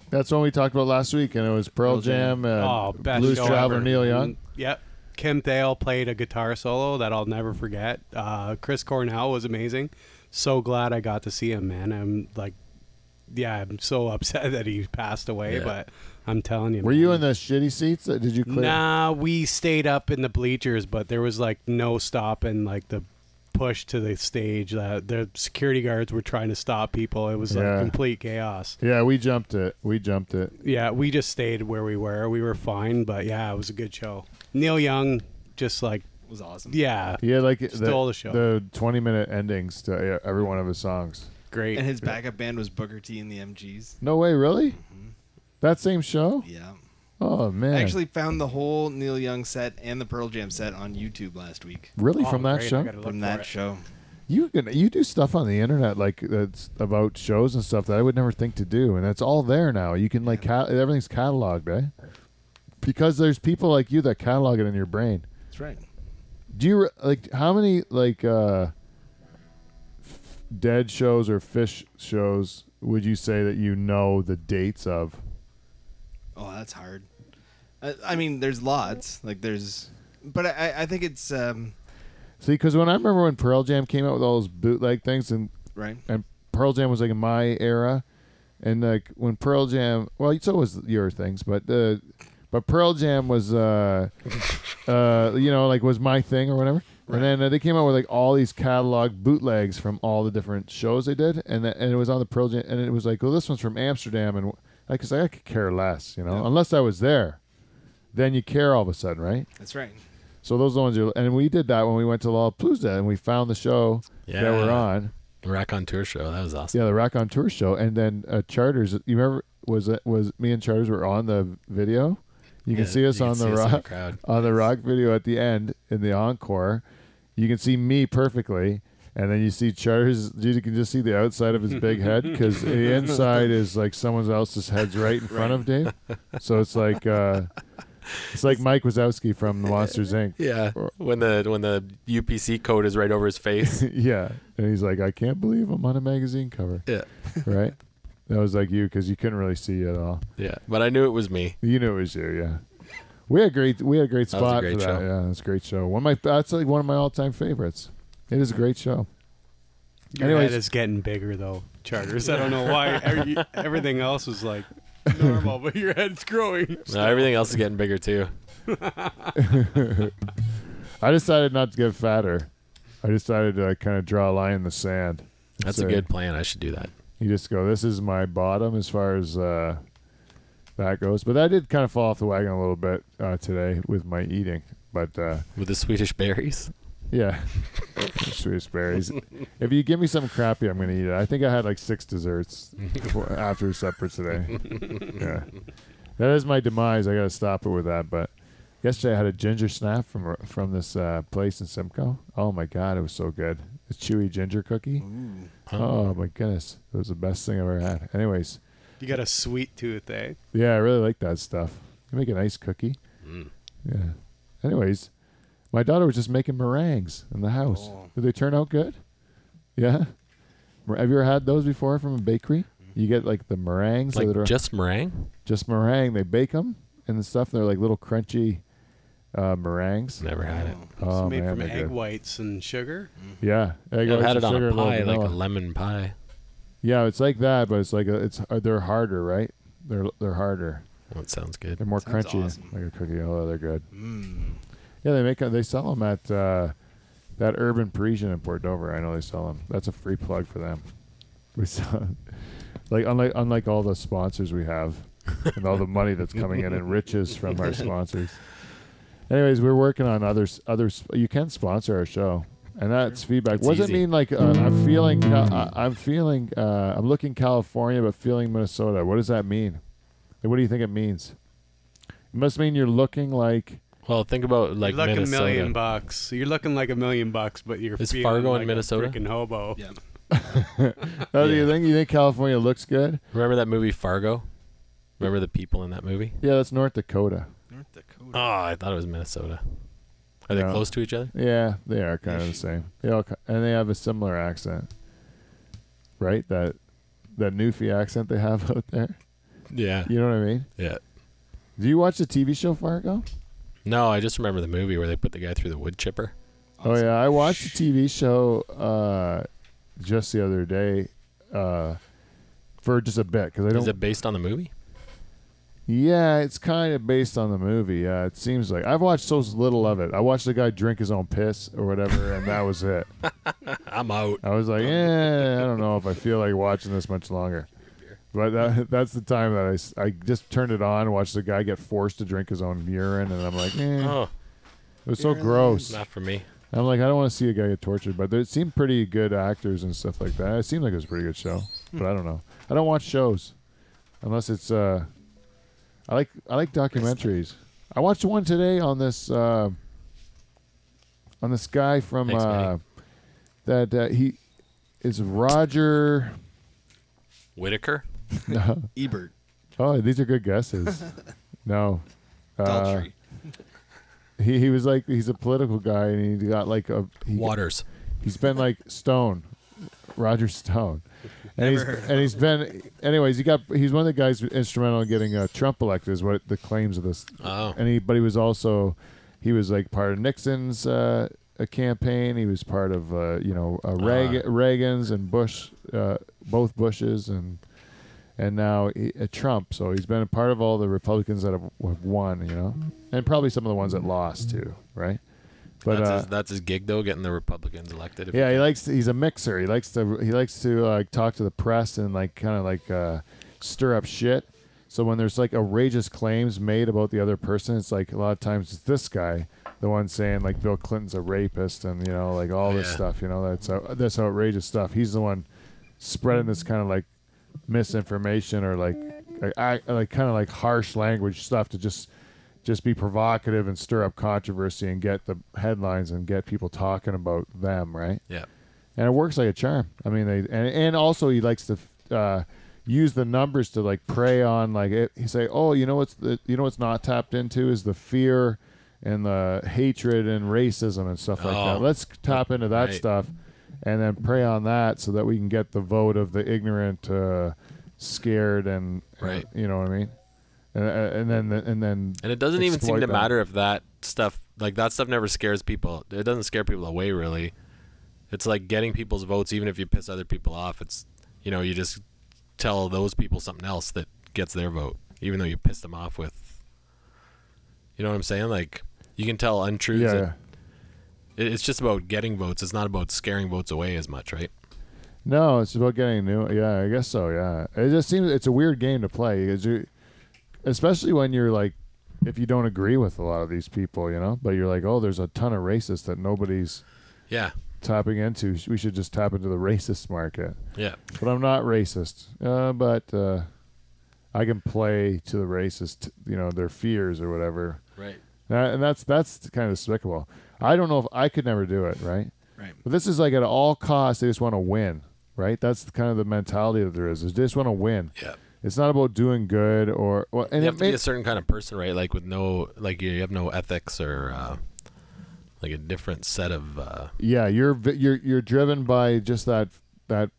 that's one we talked about last week, and it was Pearl Pearl Jam. Jam, and Oh, best Blues show Traveler ever. Neil Young. Yep. Kim Thale played a guitar solo that I'll never forget. Uh, Chris Cornell was amazing. So glad I got to see him, man. I'm like, yeah, I'm so <laughs> upset that he passed away, Yeah. but I'm telling you. Were man. you in the shitty seats? Did you clear? Nah, we stayed up in the bleachers, but there was like no stopping like the push to the stage. Uh, the security guards were trying to stop people. It was like Yeah. complete chaos. Yeah, we jumped it. We jumped it. Yeah, we just stayed where we were. We were fine, but yeah, it was a good show. Neil Young, just like It was awesome. yeah, Yeah, like the, Stole the show. the 20 minute endings to e- every one of his songs. great. And his backup band was Booker T and the MGs. No way, really? Mm-hmm. That same show? Yeah. Oh man! I actually found the whole Neil Young set and the Pearl Jam set on YouTube last week really Oh, from that great, I show? gotta look from for that it. show. You can you do stuff on the internet like that's about shows and stuff that I would never think to do, and that's all there now. You can like ca- everything's cataloged, right? Because there's people like you that catalog it in your brain. That's right. Do you re- like how many like uh f- dead shows or fish shows would you say that you know the dates of? Oh, that's hard. I, I mean, there's lots. Like there's, but I, I think it's um, See, because when I remember when Pearl Jam came out with all those bootleg things, and right. and Pearl Jam was like in my era, and like when Pearl Jam, well, so was your things, but uh, but Pearl Jam was uh, uh, you know, like was my thing or whatever. And then uh, they came out with like all these catalog bootlegs from all the different shows they did, and that, and it was on the Pearl Jam, and it was like, oh, this one's from Amsterdam, and like, 'cause I could care less, you know, unless I was there, then you care all of a sudden, right? That's right. So those are the ones, you and we did that when we went to Lollapalooza, and we found the show that we're Yeah. on. Rack on tour show. That was awesome. Yeah, the Rack on Tour show, and then uh, Charters. You remember was it was me and Charters were on the video. You can Yeah, see us you on the see us in rock <laughs> crowd. on the rock video at the end in the encore. You can see me perfectly, and then you see Charters. You can just see the outside of his big head because the inside is like someone else's head's right in front of Dave. So it's like uh, it's like Mike Wazowski from the Monsters Inc. Yeah, Or- when the when the UPC code is right over his <laughs> face. yeah, and he's like, I can't believe I'm on a magazine cover. yeah, right? That was like you because you couldn't really see you at all. <laughs> yeah. But I knew it <laughs> was me. You knew it was you, yeah. We had great, we had a great That was a spot great for that. show. Yeah, it's a great show. One of my, that's like one of my all-time favorites. It is a great show. Your Anyways. head is getting bigger though, charters. I don't know <laughs> why. Every, everything else was like normal, but your head's growing. No, everything else is getting bigger too. I decided not to get fatter. I decided to kind of draw a line in the sand. and That's a say- good plan. I should do that. You just go, this is my bottom as far as uh, that goes. But I did kind of fall off the wagon a little bit uh, today with my eating. But uh, With the Swedish berries? Yeah. <laughs> Swedish berries. If you give me something crappy, I'm gonna eat it. I think I had like six desserts before, after supper today. Yeah, that is my demise. I gotta stop it with that. But yesterday I had a ginger snap from from this uh, place in Simcoe. Oh my god, it was so good. A chewy ginger cookie. Oh my goodness, it was the best thing I've ever had. Anyways, You got a sweet tooth, eh? yeah, I really like that stuff. You make a nice cookie. Mm. Yeah. Anyways, my daughter was just making meringues in the house. Oh. Did they turn out good? Yeah. Mer- Have you ever had those before from a bakery? You get like the meringues Mm-hmm. Like that are just meringue? just meringue. They bake them and the stuff. They're like little crunchy uh, meringues. Never had it. Oh, Oh it's made man, from they're egg good. whites and sugar. Yeah, egg I've whites had and it on sugar, a little pie, like a vanilla. lemon pie. yeah, it's like that, but it's like a, it's uh, they're harder, right? They're they're harder. Oh, it sounds good. They're more Sounds crunchy, awesome. like a cookie. Oh, they're good. Mm. Yeah, they make they sell them at uh, that Urban Parisian in Port Dover. I know they sell them. That's a free plug for them. We sell like unlike unlike all the <laughs> sponsors we have and all the money that's coming in and riches from our sponsors. Anyways, we're working on others. Others, you can sponsor our show, and that's feedback. It's Wasn't easy. mean like uh, I'm feeling. Cal- I- I'm feeling. Uh, I'm looking California, but feeling Minnesota. What does that mean? Like, what do you think it means? It must mean you're looking like. Well, think about like you're looking Minnesota. a million bucks. You're looking like a million bucks, but you're Is feeling Fargo in like a Minnesota? freaking hobo. Yeah. Oh, do you think you think California looks good? Remember that movie Fargo? Remember the people in that movie? Yeah, that's North Dakota. North Dakota. Oh, I thought it was Minnesota. Are they No. close to each other? Yeah, they are kind of the same. They all ki- and they have a similar accent, right? That that Newfie accent they have <laughs> out there. Yeah. You know what I mean? Yeah. Do you watch the TV show Fargo? No, I just remember the movie where they put the guy through the wood chipper. Oh yeah, I watched a TV show uh, just the other day uh, for just a bit because I Is don't. it based on the movie? yeah, it's kind of based on the movie. Yeah, it seems like I've watched so little of it. I watched the guy drink his own piss or whatever, and that was it. I'm out. I was like, yeah, I don't know if I feel like watching this much longer. But that, <laughs> that's the time that I s- I, just turned it on, watched the guy get forced to drink his own urine, and I'm like, eh. Oh, it was so gross. not for me. I'm like, I don't want to see a guy get tortured, but there seemed pretty good actors and stuff like that. It seemed like it was a pretty good show, Hmm. but I don't know. I don't watch shows unless it's. Uh, I like I like documentaries. I watched one today on this uh, on this guy from Thanks, uh, Manny. that uh, he is Roger. Whitaker? Ebert. Oh, these are good <laughs> guesses. no, uh, Daltrey. he he was like he's a political guy and he got like a he, Waters. He's been like Stone, Roger Stone, and he's and he's been. Anyways, he got he's one of the guys instrumental in getting uh, Trump elected. Is what the claims of this. Oh. And he, but he was also, he was like part of Nixon's uh, uh, campaign. He was part of uh, you know uh, Uh-huh. Reagan, Reagan's and Bush, uh, both Bushes and. And now he, uh, Trump, so he's been a part of all the Republicans that have, have won, you know, and probably some of the ones that lost too, right? But that's, uh, his, that's his gig, though, getting the Republicans elected. if he yeah, he can. likes. He's a mixer. He likes to. He likes to like talk to the press and like kind of like uh, stir up shit. So when there's like outrageous claims made about the other person, it's like a lot of times it's this guy, the one saying like Bill Clinton's a rapist and you know like all this Yeah. stuff. You know that's out that's outrageous stuff. He's the one spreading this kind of like misinformation or like like, I, like kind of like harsh language stuff to just just be provocative and stir up controversy and get the headlines and get people talking about them, right? Yeah. and it works like a charm. I mean, they and, and also he likes to uh, use the numbers to like prey on like it, he say, oh, you know what's the, you know what's not tapped into is the fear and the hatred and racism and stuff like Oh. that. Let's tap into that Right. stuff and then prey on that so that we can get the vote of the ignorant, uh, scared and Right. you know what I mean. And, uh, and then and then And it doesn't even seem exploit to that. matter if that stuff, like that stuff never scares people. It doesn't scare people away, really. It's like getting people's votes, even if you piss other people off. It's, you know, you just tell those people something else that gets their vote, even though you piss them off with, you know what I'm saying? Like, you can tell untruths. Yeah, and- yeah. it- It's just about getting votes. It's not about scaring votes away as much, right? No, it's about getting new. Yeah, I guess so. Yeah, it just seems it's a weird game to play, 'cause you- especially when you're like, if you don't agree with a lot of these people, you know. But you're like, oh, there's a ton of racists that nobody's Yeah. tapping into. We should just tap into the <laughs> racist market. Yeah. But I'm not racist. Uh, but uh, I can play to the racist, you know, their fears or whatever. Right. That- and that's that's kind of despicable. I don't know if I could never do it, right? Right. But this is like at all costs, they just want to win, right? That's the, kind of the mentality that there is. Is they just want to win. Yeah. It's not about doing good or well, and you it have to be may- a certain kind of person, right? Like with no, like you have no ethics or uh, like a different set of. Uh, yeah, you're vi- you're you're driven by just that that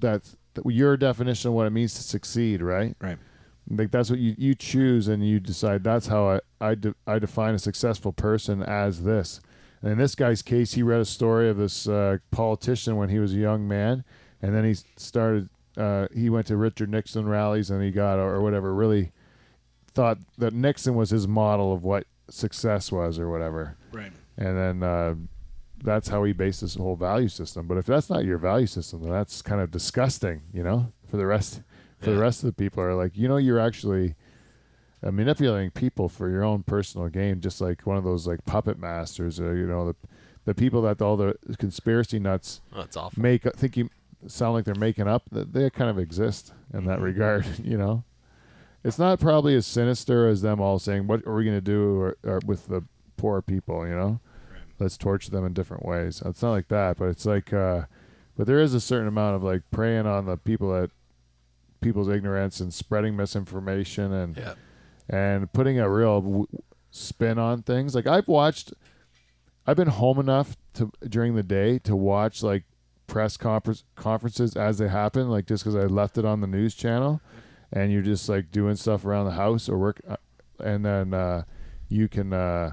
that your definition of what it means to succeed, right? Right. Like that's what you you choose and you decide that's how I I, de- I define a successful person as this. And in this guy's case, he read a story of this uh, politician when he was a young man, and then he s- started. Uh, he went to Richard Nixon rallies and he got or whatever. Really thought that Nixon was his model of what success was or whatever Right. and then uh, that's how he based his whole value system. But if that's not your value system, then that's kind of disgusting, you know. For the rest, for the Yeah. rest of the people are like, you know, you're actually uh, manipulating people for your own personal gain, just like one of those like puppet masters, or you know the the people that all the conspiracy nuts Oh, that's awful. make uh, think you sound like they're making up. That they kind of exist in that regard, <laughs> you know. It's not probably as sinister as them all saying, "What are we going to do or, or with the poor people?" You know, let's torture them in different ways. It's not like that, but it's like, uh, but there is a certain amount of like preying on the people that people's ignorance and spreading misinformation and Yeah. and putting a real w- spin on things. Like I've watched, I've been home enough to during the day to watch like press conference, conferences as they happen. Like just because I left it on the news channel, and you're just like doing stuff around the house or work, uh, and then uh, you can. Uh,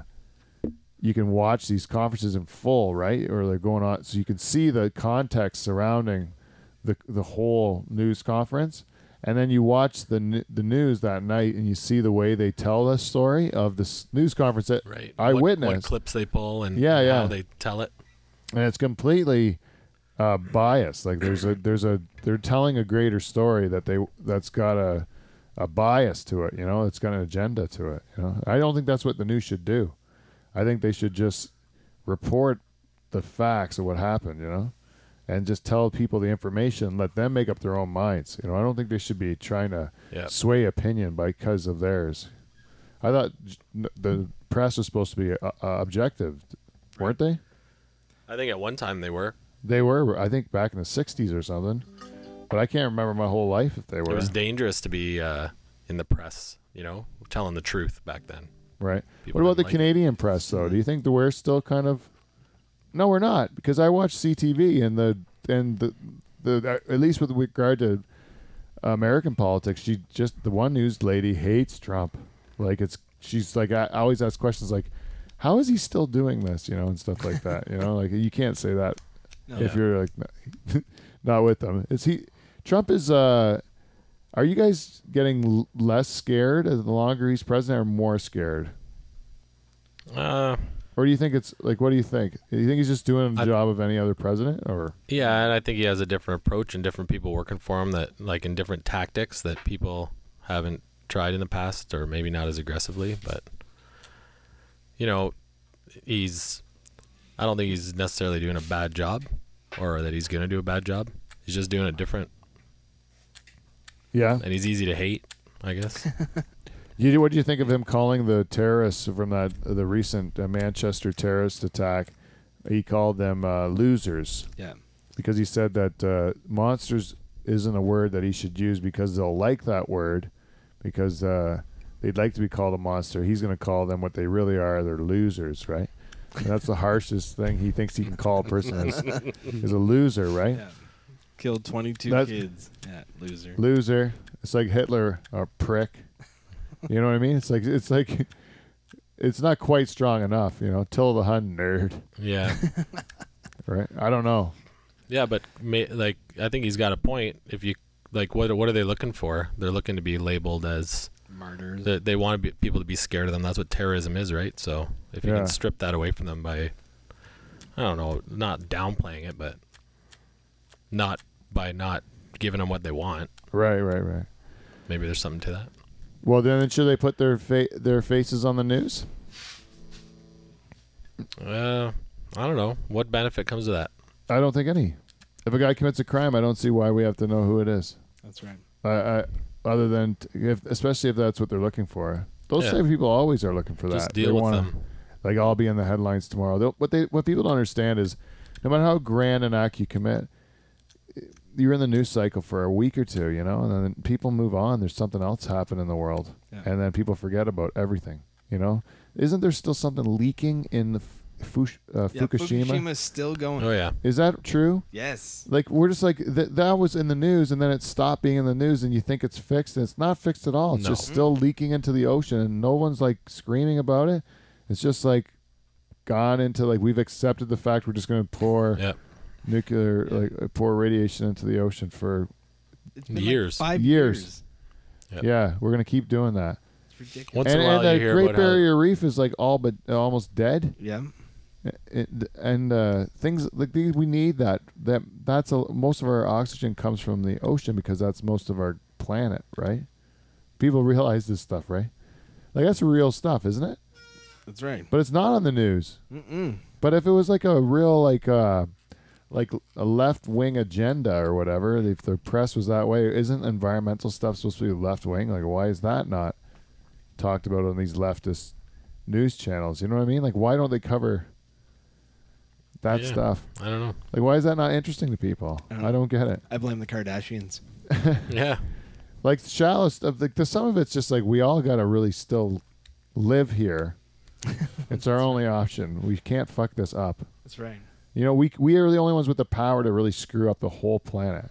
you can watch these conferences in full, right? Or they're going on, so you can see the context surrounding the the whole news conference, and then you watch the n- the news that night, and you see the way they tell the story of this news conference that Right. I What- What witnessed, clips they pull and Yeah, yeah. how they tell it. and it's completely uh, biased. Like there's a there's a they're telling a greater story that they that's got a a bias to it. You know, it's got an agenda to it. You know, I don't think that's what the news should do. I think they should just report the facts of what happened. You know, and just tell people the information. Let them make up their own minds. You know, I don't think they should be trying to Yeah. sway opinion because of theirs. I thought j- n- the press was supposed to be uh, uh, objective, weren't they? I think at one time they were. They were, I think, back in the '60s or something, but I can't remember my whole life if they It were was dangerous to be uh, in the press, you know, telling the truth back then. right. What People about didn't the like it. Mm-hmm. Canadian press, though? Do you think that we're still kind of? No, we're not, because I watch CTV and the and the the uh, at least with regard to American politics, she just the one news lady hates Trump. Like it's she's like I I always ask questions like, how is he still doing this? You know, and stuff like that. You know, like you can't say <laughs> that if you're like <laughs> not, not with them. Is he Trump is uh are you guys getting l- less scared as the longer he's president or more scared? Uh, Or do you think it's like what do you think? Do you think he's just doing the I- job of any other president or yeah, and I think he has a different approach and different people working for him that, like, in different tactics that people haven't tried in the past or maybe not as aggressively. But, you know, he's, I don't think he's necessarily doing a bad job or that he's going to do a bad job. He's just doing it different Yeah. and he's easy to hate, I guess. You, what do you think of him calling the terrorists from that the recent uh, Manchester terrorist attack? He called them uh, losers Yeah. because he said that uh, monsters isn't a word that he should use because they'll like that word because uh, they'd like to be called a monster. He's going to call them what they really are. They're losers, right? And that's the harshest thing he thinks he can call a person is, is a loser, right? Yeah. Killed 22 That's- kids. Yeah, loser. loser. It's like Hitler, a prick. You know what I mean? It's like it's like it's not quite strong enough. You know, till the Hun nerd, yeah. right? I don't know. Yeah, but ma- like I think he's got a point. If you like, what what are they looking for? They're looking to be labeled as Martyrs. they, they want to be, people to be scared of them. That's what terrorism is, right? So if you Yeah. can strip that away from them by, I don't know, not downplaying it, but not by not giving them what they want. Right, right, right. Maybe there's something to that. Well, then should they put their fa- their faces on the news? Uh, I don't know what benefit comes to that. I don't think any. If a guy commits a crime, I don't see why we have to know who it is. That's right. I, I other than t- if, especially if that's what they're looking for. Those Yeah. type of people always are looking for that. Just They deal with wanna- them. Like I'll be in the headlines tomorrow. They'll, what they what people don't understand is, no matter how grand an act you commit, you're in the news cycle for a week or two, you know, and then people move on. There's something else happening in the world, Yeah. and then people forget about everything. You know, isn't there still something leaking in the f- Fush, uh, Yeah, Fukushima? Fukushima's still going. Oh yeah, Is that true? Yes. Like we're just like th- that was in the news, and then it stopped being in the news, and you think it's fixed, and it's not fixed at all. It's No. just still leaking into the ocean, and no one's like screaming about it. It's just like gone into like we've accepted the fact we're just going to pour yeah. nuclear like uh, pour radiation into the ocean for It's been like Years. five Years. years. Yep. yeah we're going to keep doing that. It's ridiculous. Once and in a while and you the hear Great about how- Barrier Reef is like all but uh, almost dead. Yeah. it, and uh, things like these we need that that that's a, most of our oxygen comes from the ocean because that's most of our planet right people realize this stuff right Like that's real stuff, isn't it? That's right. But it's not on the news. Mm-mm. But if it was like a real like uh like a left wing agenda or whatever, if the press was that way, isn't environmental stuff supposed to be left wing? Like why is that not talked about on these leftist news channels? You know what I mean? Like why don't they cover that Yeah. stuff? I don't know. Like why is that not interesting to people? I don't- I don't get it. I blame the Kardashians. Yeah. like shallow stuff. Like the, some of it's just like we all gotta really still live <laughs> here. it's our only option. We can't fuck this up. That's right. You know, we we are the only ones with the power to really screw up the whole planet.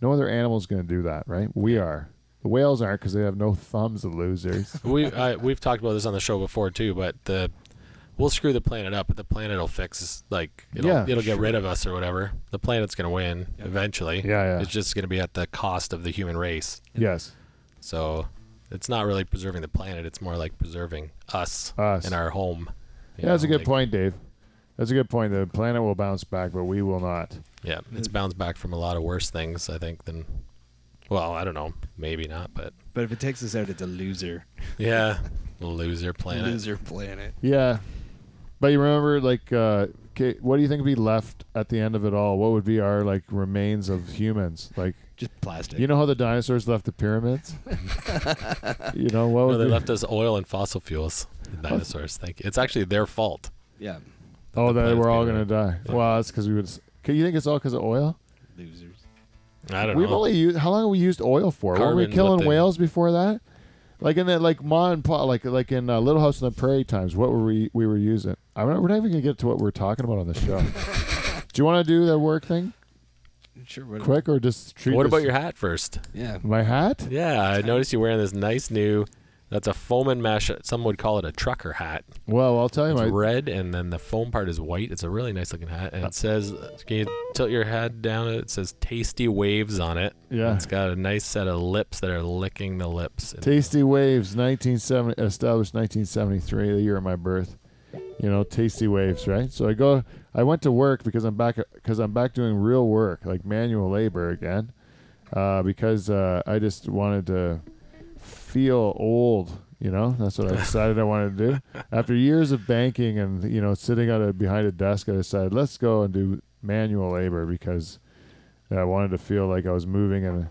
No other animal's gonna do that, right? We are. The whales aren't because they have no thumbs. The <laughs> losers. We I, we've talked about this on the show before too, but the we'll screw the planet up, but the planet will fix us. Like it'll Yeah, it'll get rid of us or whatever. The planet's gonna win eventually. Yeah, yeah. It's just gonna be at the cost of the human race. yes. So it's not really preserving the planet. It's more like preserving us, Us. and our home. you Yeah, that's a know, good like- point, Dave. That's a good point. The planet will bounce back, but we will not. Yeah, it's bounced back from a lot of worse things, I think, than. Well, I don't know. Maybe not, but But if it takes us out, it's a loser. yeah, loser planet. Loser planet. Yeah. But you remember, like, uh, 'kay, what do you think would be left at the end of it all? What would be our like remains of humans? Like, Just plastic. you know how the dinosaurs left the <laughs> pyramids? you know what? No, would they be- left us oil and fossil fuels. The dinosaurs. Thank you. It's actually their fault. yeah. Oh, the that planet's we're all gonna pyramid. die. Well, that's because we would. Can you think it's all because of oil? Losers. I don't We've know. only used how long have we used oil for? Were Carbon, we but killing then- whales before that? Like in that, like Ma and Pa, like like in uh, Little House on the Prairie times. What were we we were using? I'm not, we're not even gonna get to what we're talking about on the show. do you want to do the work thing Sure. What, quick or just treat? what this- about your hat first? Yeah. my hat? Yeah, I noticed you wearing this nice new. That's a foam and mesh. Some would call it a trucker hat. Well, I'll tell you It's my. red, and then the foam part is white. It's a really nice looking hat, Uh. and it says, "Can you tilt your head down?" It says "Tasty Waves" on it. Yeah. it's got a nice set of lips that are licking the lips. And Tasty Waves, 1970, established 1973, the year of my birth. You know, Tasty Waves, right? So I go, I went to work because I'm back, because I'm back doing real work, like manual labor again, uh, because uh, I just wanted to feel old. You know, that's what I decided I wanted to do. After years of banking and you know sitting on a, behind a desk, I decided let's go and do manual labor because I wanted to feel like I was moving in a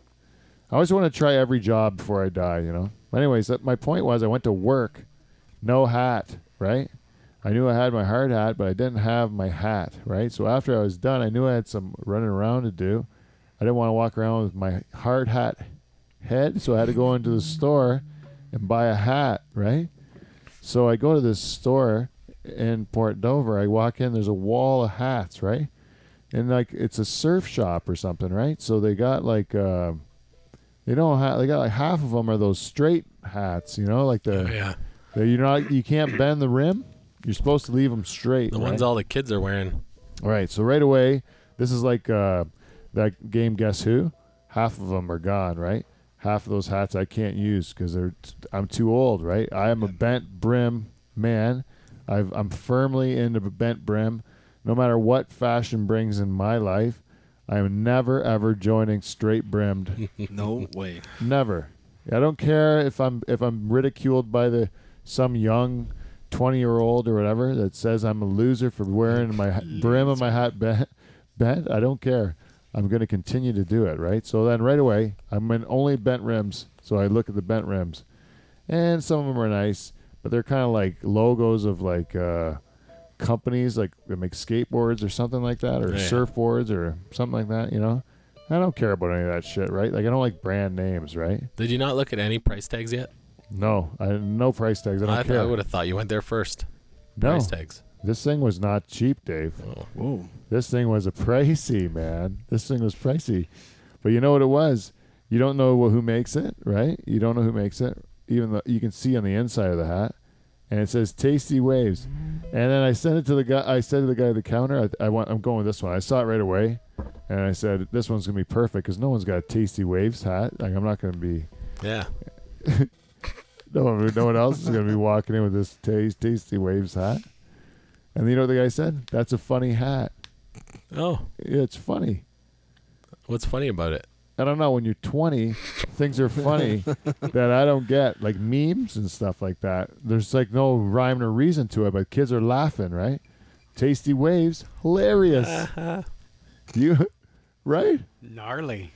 I always want to try every job before I die, you know. Anyways, that, my point was I went to work, no hat, right? I knew I had my hard hat, but I didn't have my hat, right? So after I was done, I knew I had some running around to do. I didn't want to walk around with my hard hat head, so I had to go into the store and buy a hat, right? So I go to this store in Port Dover. I walk in, there's a wall of hats, right? And like it's a surf shop or something, right? So they got like uh, they don't have they got like half of them are those straight hats, you know, like the yeah, that you're not you can't bend the rim. You're supposed to leave them straight. the right? ones all the kids are wearing. All right, so right away, this is like uh, that game Guess Who. Half of them are gone, right? Half of those hats I can't use because they're t- I'm too old, right? I am a bent brim man. I've, I'm firmly into b- bent brim. No matter what fashion brings in my life, I am never ever joining straight brimmed Hmm. No way. Never. I don't care if I'm if I'm ridiculed by the some young twenty year old or whatever that says I'm a loser for wearing my ha- brim of my hat bent. Bent. I don't care. I'm going to continue to do it. Right. So then right away I'm in only bent rims. So I look at the bent rims, and some of them are nice, but they're kind of like logos of like. Uh, companies like that make skateboards or something like that or Yeah. surfboards or something like that you know i don't care about any of that shit right like i don't like brand names right Did you not look at any price tags yet? no, I no price tags. I don't I, care. would have thought you went there first. no, Price tags. this thing was not cheap, Dave. Whoa. This thing was a <laughs> pricey, man. This thing was pricey. But you know what it was? You don't know wh- who makes it, right? You don't know who makes it. Even though you can see on the inside of the hat, and it says "Tasty Waves," and then I sent it to the guy. I said to the guy at the counter, I, "I want. I'm going with this one." I saw it right away, and I said, "This one's gonna be perfect because no one's got a Tasty Waves hat. Like I'm not gonna be." Yeah. No, one- no one else is going to be walking in with this taste, tasty waves hat. And you know what the guy said? That's a funny hat. Oh, It's funny. what's funny about it? I don't know. When you're 20, things are funny that I don't get, like memes and stuff like that. There's like no rhyme or reason to it, but kids are laughing, right? Tasty waves, hilarious. Uh-huh. you, <laughs> right? Gnarly.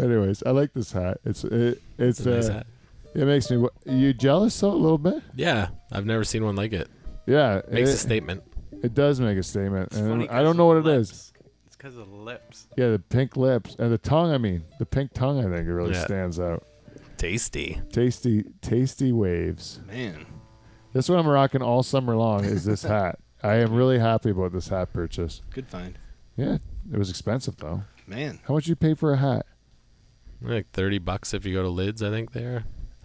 Anyways, I like this hat. It's it, it's, It's a nice uh, hat. it makes me. You jealous though a little bit? Yeah, I've never seen one like it. Yeah, Makes a it, statement. it does make a statement, It's and funny I 'cause don't of know what the it lips. is. It's because of the lips. Yeah, the pink lips and the tongue. I mean, the pink tongue. I think it really Yeah. stands out. Tasty. Tasty, tasty waves. Man. That's what I'm rocking all summer long. Is this hat? I am really happy about this hat purchase. Good find. Yeah, it was expensive though. Man. How much you pay for a hat? <laughs> Like thirty bucks if you go to Lids, I think there.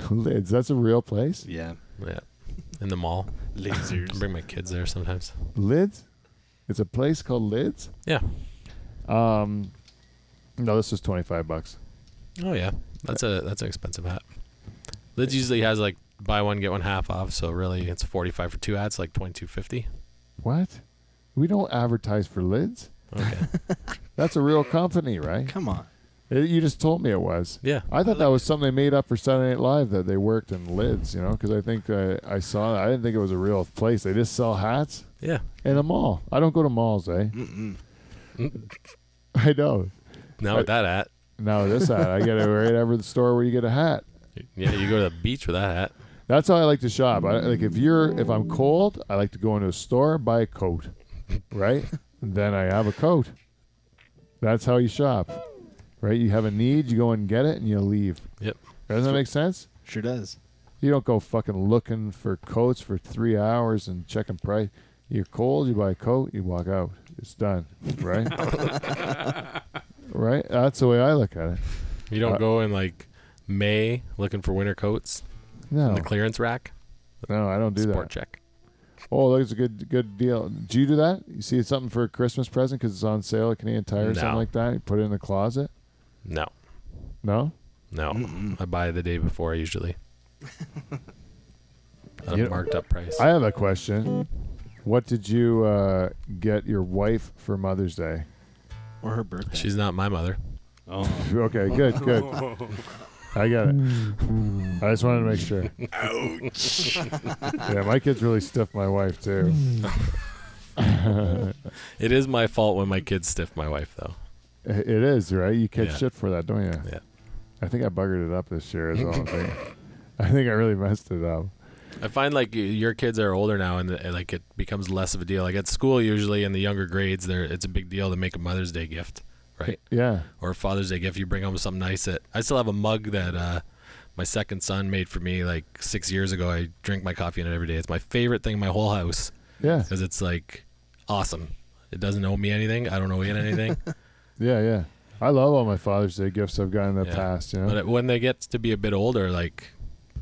Lids. That's a real place. Yeah. Yeah, in the mall. I <laughs> Lasers. bring my kids there sometimes. Lids. It's a place called Lids. Yeah. Um, no, this was twenty five bucks. Oh yeah, that's a that's an expensive hat. Lids usually has like buy one get one half off, so really it's forty five for two hats, like twenty two fifty. What? We don't advertise for Lids. <laughs> Okay. That's a real company, right? Come on. It- you just told me it was. yeah. I thought that was something they made up for Saturday Night Live that they worked in lids, you know, because I think uh, I saw that. I didn't think it was a real place. They just sell hats Yeah. in a mall. I don't go to malls, eh? Mm-mm. <laughs> I know. Now with that hat, Now this hat, I get it right over the store where you get a hat. yeah, you go to the beach with that hat. That's how I like to shop. I, like if you're if I'm cold, I like to go into a store buy a coat, right? <laughs> then I have a coat. That's how you shop, right? You have a need, you go and get it, and you leave. Yep. Doesn't that make sense? Sure does. You don't go fucking looking for coats for three hours and checking price. You're cold, you buy a coat, you walk out. It's done, right? right? That's the way I look at it. You don't Uh, go in like May looking for winter coats in No, the clearance rack. no, I don't do that. Sport check. Oh, that's a good good deal. Do you do that? You see something for a Christmas present because it's on sale at Canadian Tire or something No. like that? You put it in the closet? No, No? no, I buy the day <laughs> before usually. At You a know- marked up price. I have a question. What did you uh, get your wife for Mother's Day? Or her birthday. She's not my mother. oh. Okay, good, good. I got it. I just wanted to make sure. Ouch. yeah, my kids really stiff my wife too. It is my fault when my kids stiff my wife though. I- It is right. You catch Yeah. shit for that, don't you? Yeah. I think I buggered it up this year. Is all I think. I think I really messed it up. I find like y- your kids are older now, and uh, like it becomes less of a deal. Like at school, usually in the younger grades, there it's a big deal to make a Mother's Day gift, right, Yeah. or a Father's Day gift. You bring home something nice. That I still have a mug that uh, my second son made for me like six years ago. I drink my coffee in it every day. It's my favorite thing in my whole house Yeah. because it's like awesome. It doesn't owe me anything. I don't owe it anything. <laughs> Yeah. Yeah. I love all my Father's Day gifts I've gotten in the Yeah. past. You know. But it, when they get to be a bit older, like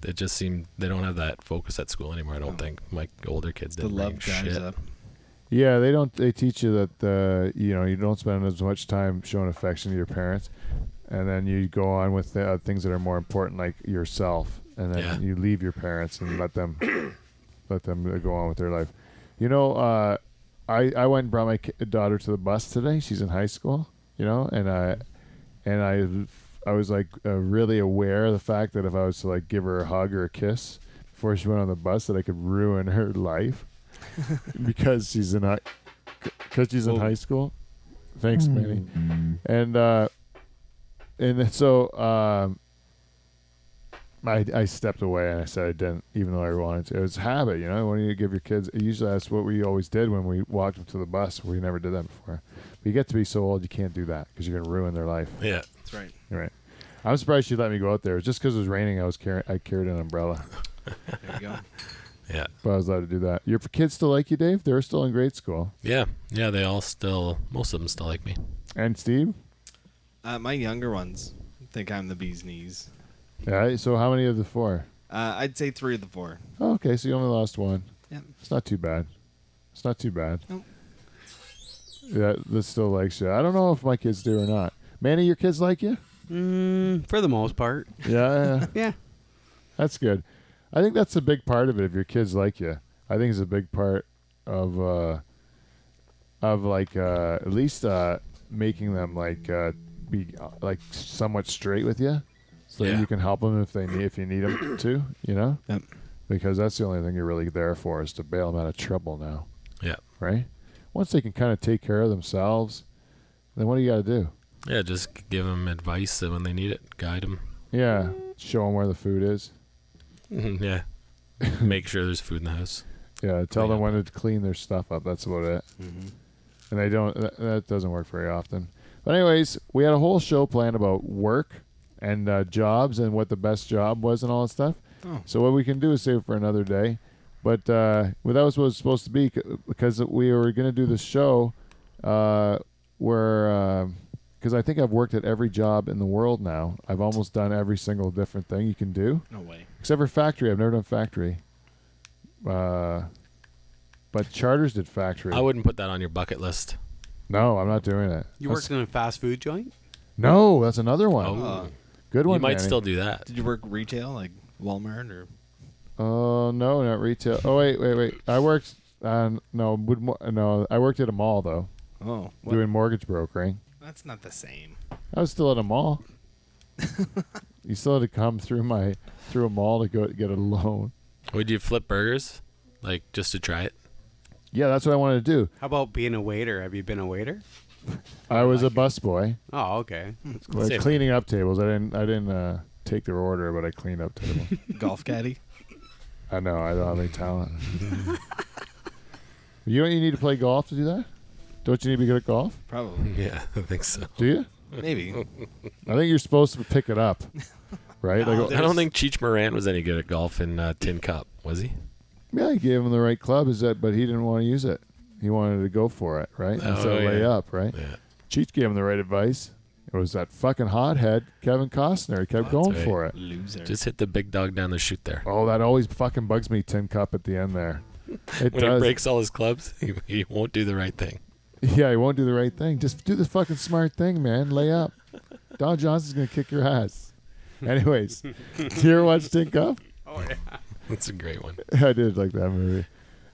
it just seemed they don't have that focus at school anymore. I don't think my older kids The didn't. love bring drives shit. up. Yeah, they don't. They teach you that uh, you know you don't spend as much time showing affection to your parents, and then you go on with the, uh, things that are more important, like yourself, and then Yeah. you leave your parents and let them let them uh, go on with their life. You know, uh, I I went and brought my ki- daughter to the bus today. She's in high school, you know, and I and I I was like uh, really aware of the fact that if I was to like give her a hug or a kiss before she went on the bus, that I could ruin her life because she's in high because she's in Whoa. high school. Thanks, Manny. And uh, and then so um, I I stepped away and I said I didn't, even though I wanted to. It was a habit, you know. When you give your kids, usually that's what we always did when we walked them to the bus. We never did that before. But you get to be so old, you can't do that because you're gonna ruin their life. Yeah. That's right. You're right. I'm surprised she let me go out there. Just because it was raining, I was carrying I carried an umbrella, There you go. Yeah. but I was allowed to do that. Your kids still like you, Dave? They're still in grade school. Yeah, yeah, they all still, most of them still like me. And Steve, <laughs> Uh, my younger ones think I'm the bee's knees. yeah. So how many of the four? Uh, I'd say three of the four. Oh, okay, so you only lost one. Yep. It's not too bad. It's not too bad. Nope. Yeah, that still likes you. I don't know if my kids do or not. Manny, your kids like you? Mm, for the most part. Yeah, yeah, Yeah. that's good. I think that's a big part of it. If your kids like you, I think it's a big part of uh, of like uh, at least uh, making them like uh, be uh, like somewhat straight with you, so that Yeah. you can help them if they need if you need them to. You know, Yep. because that's the only thing you're really there for is to bail them out of trouble now, Yeah. right? Once they can kind of take care of themselves, then what do you got to do? Yeah, just give them advice when they need it. Guide them. Yeah, show them where the food is. <laughs> <laughs> yeah. Make sure there's food in the house. Yeah, tell Clean them up. when to clean their stuff up. That's about it. And they don't. That, that doesn't work very often. But anyways, we had a whole show planned about work and uh, jobs and what the best job was and all that stuff. Oh. So what we can do is save it for another day. But uh, well, that was what it was supposed to be c- because we were going to do this show uh, where because I think I've worked at every job in the world now. I've almost done every single different thing you can do No way. except for factory. I've never done factory. Uh, but charters did factory. I wouldn't put that on your bucket list. no, I'm not doing it. You That's- worked in a fast food joint? No, that's another one. Oh. Uh, Good one. you might Manny. still do that. did you work retail like Walmart or? Oh no, not retail. Oh wait, wait, wait. I worked. on no, would mo- no. I worked at a mall though, Oh, what? doing mortgage brokering. that's not the same. I was still at a mall. you still had to come through my through a mall to go get a loan. Would you flip burgers? Like just to try it? <laughs> Yeah, that's what I wanted to do. How about being a waiter? Have you been a waiter? I was a busboy. Oh, okay. Well, Same. cleaning up tables. I didn't. I didn't uh, take their order, but I cleaned up tables. Golf caddy. I know. I don't have any <laughs> talent. you don't. You need to play golf to do that. Don't you need to be good at golf? Probably. Yeah, I think so. Do you? Maybe. I think you're supposed to pick it <laughs> up, right? like, I don't think Cheech Moran was any good at golf in uh, Tin Cup, was he? yeah, I gave him the right club, is that? But he didn't want to use it. He wanted to go for it, right? Oh, Instead of lay yeah. up, right? Yeah. Cheech gave him the right advice. It was that fucking hothead Kevin Costner. He kept going right. for it. <laughs> Loser. Just hit the big dog down the chute there. Oh, that always fucking bugs me. Tin cup at the end there. It when he does. breaks all his clubs, <laughs> he, he won't do the right thing. <laughs> Yeah, he won't do the right thing. Just do the fucking smart thing, man. Lay up. Don Johnson's gonna kick your ass. Anyways, do you ever watch Tin Cup? That's a great one. <laughs> I did like that movie.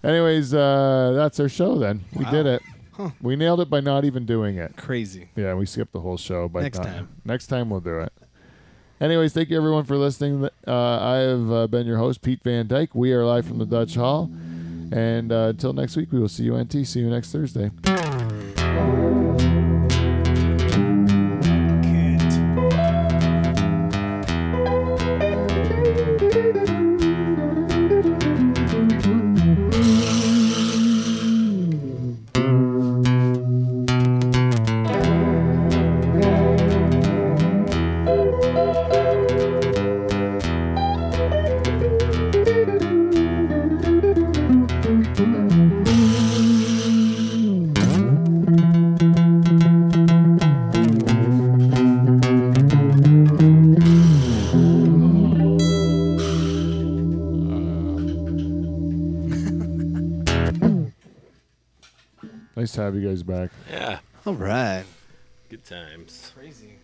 Anyways, uh, that's our show. Then we did Wow. it. We nailed it by not even doing it. Crazy. Yeah, we skipped the whole show. By Next not- time. Next time we'll do it. Anyways, thank you everyone for listening. Uh, I have uh, been your host, Pete Van Dyke. We are live from the Dutch Hall. And uh, until next week, we will see you, NT. See you next Thursday. Nice to have you guys back. Yeah. All right. Good times. Crazy.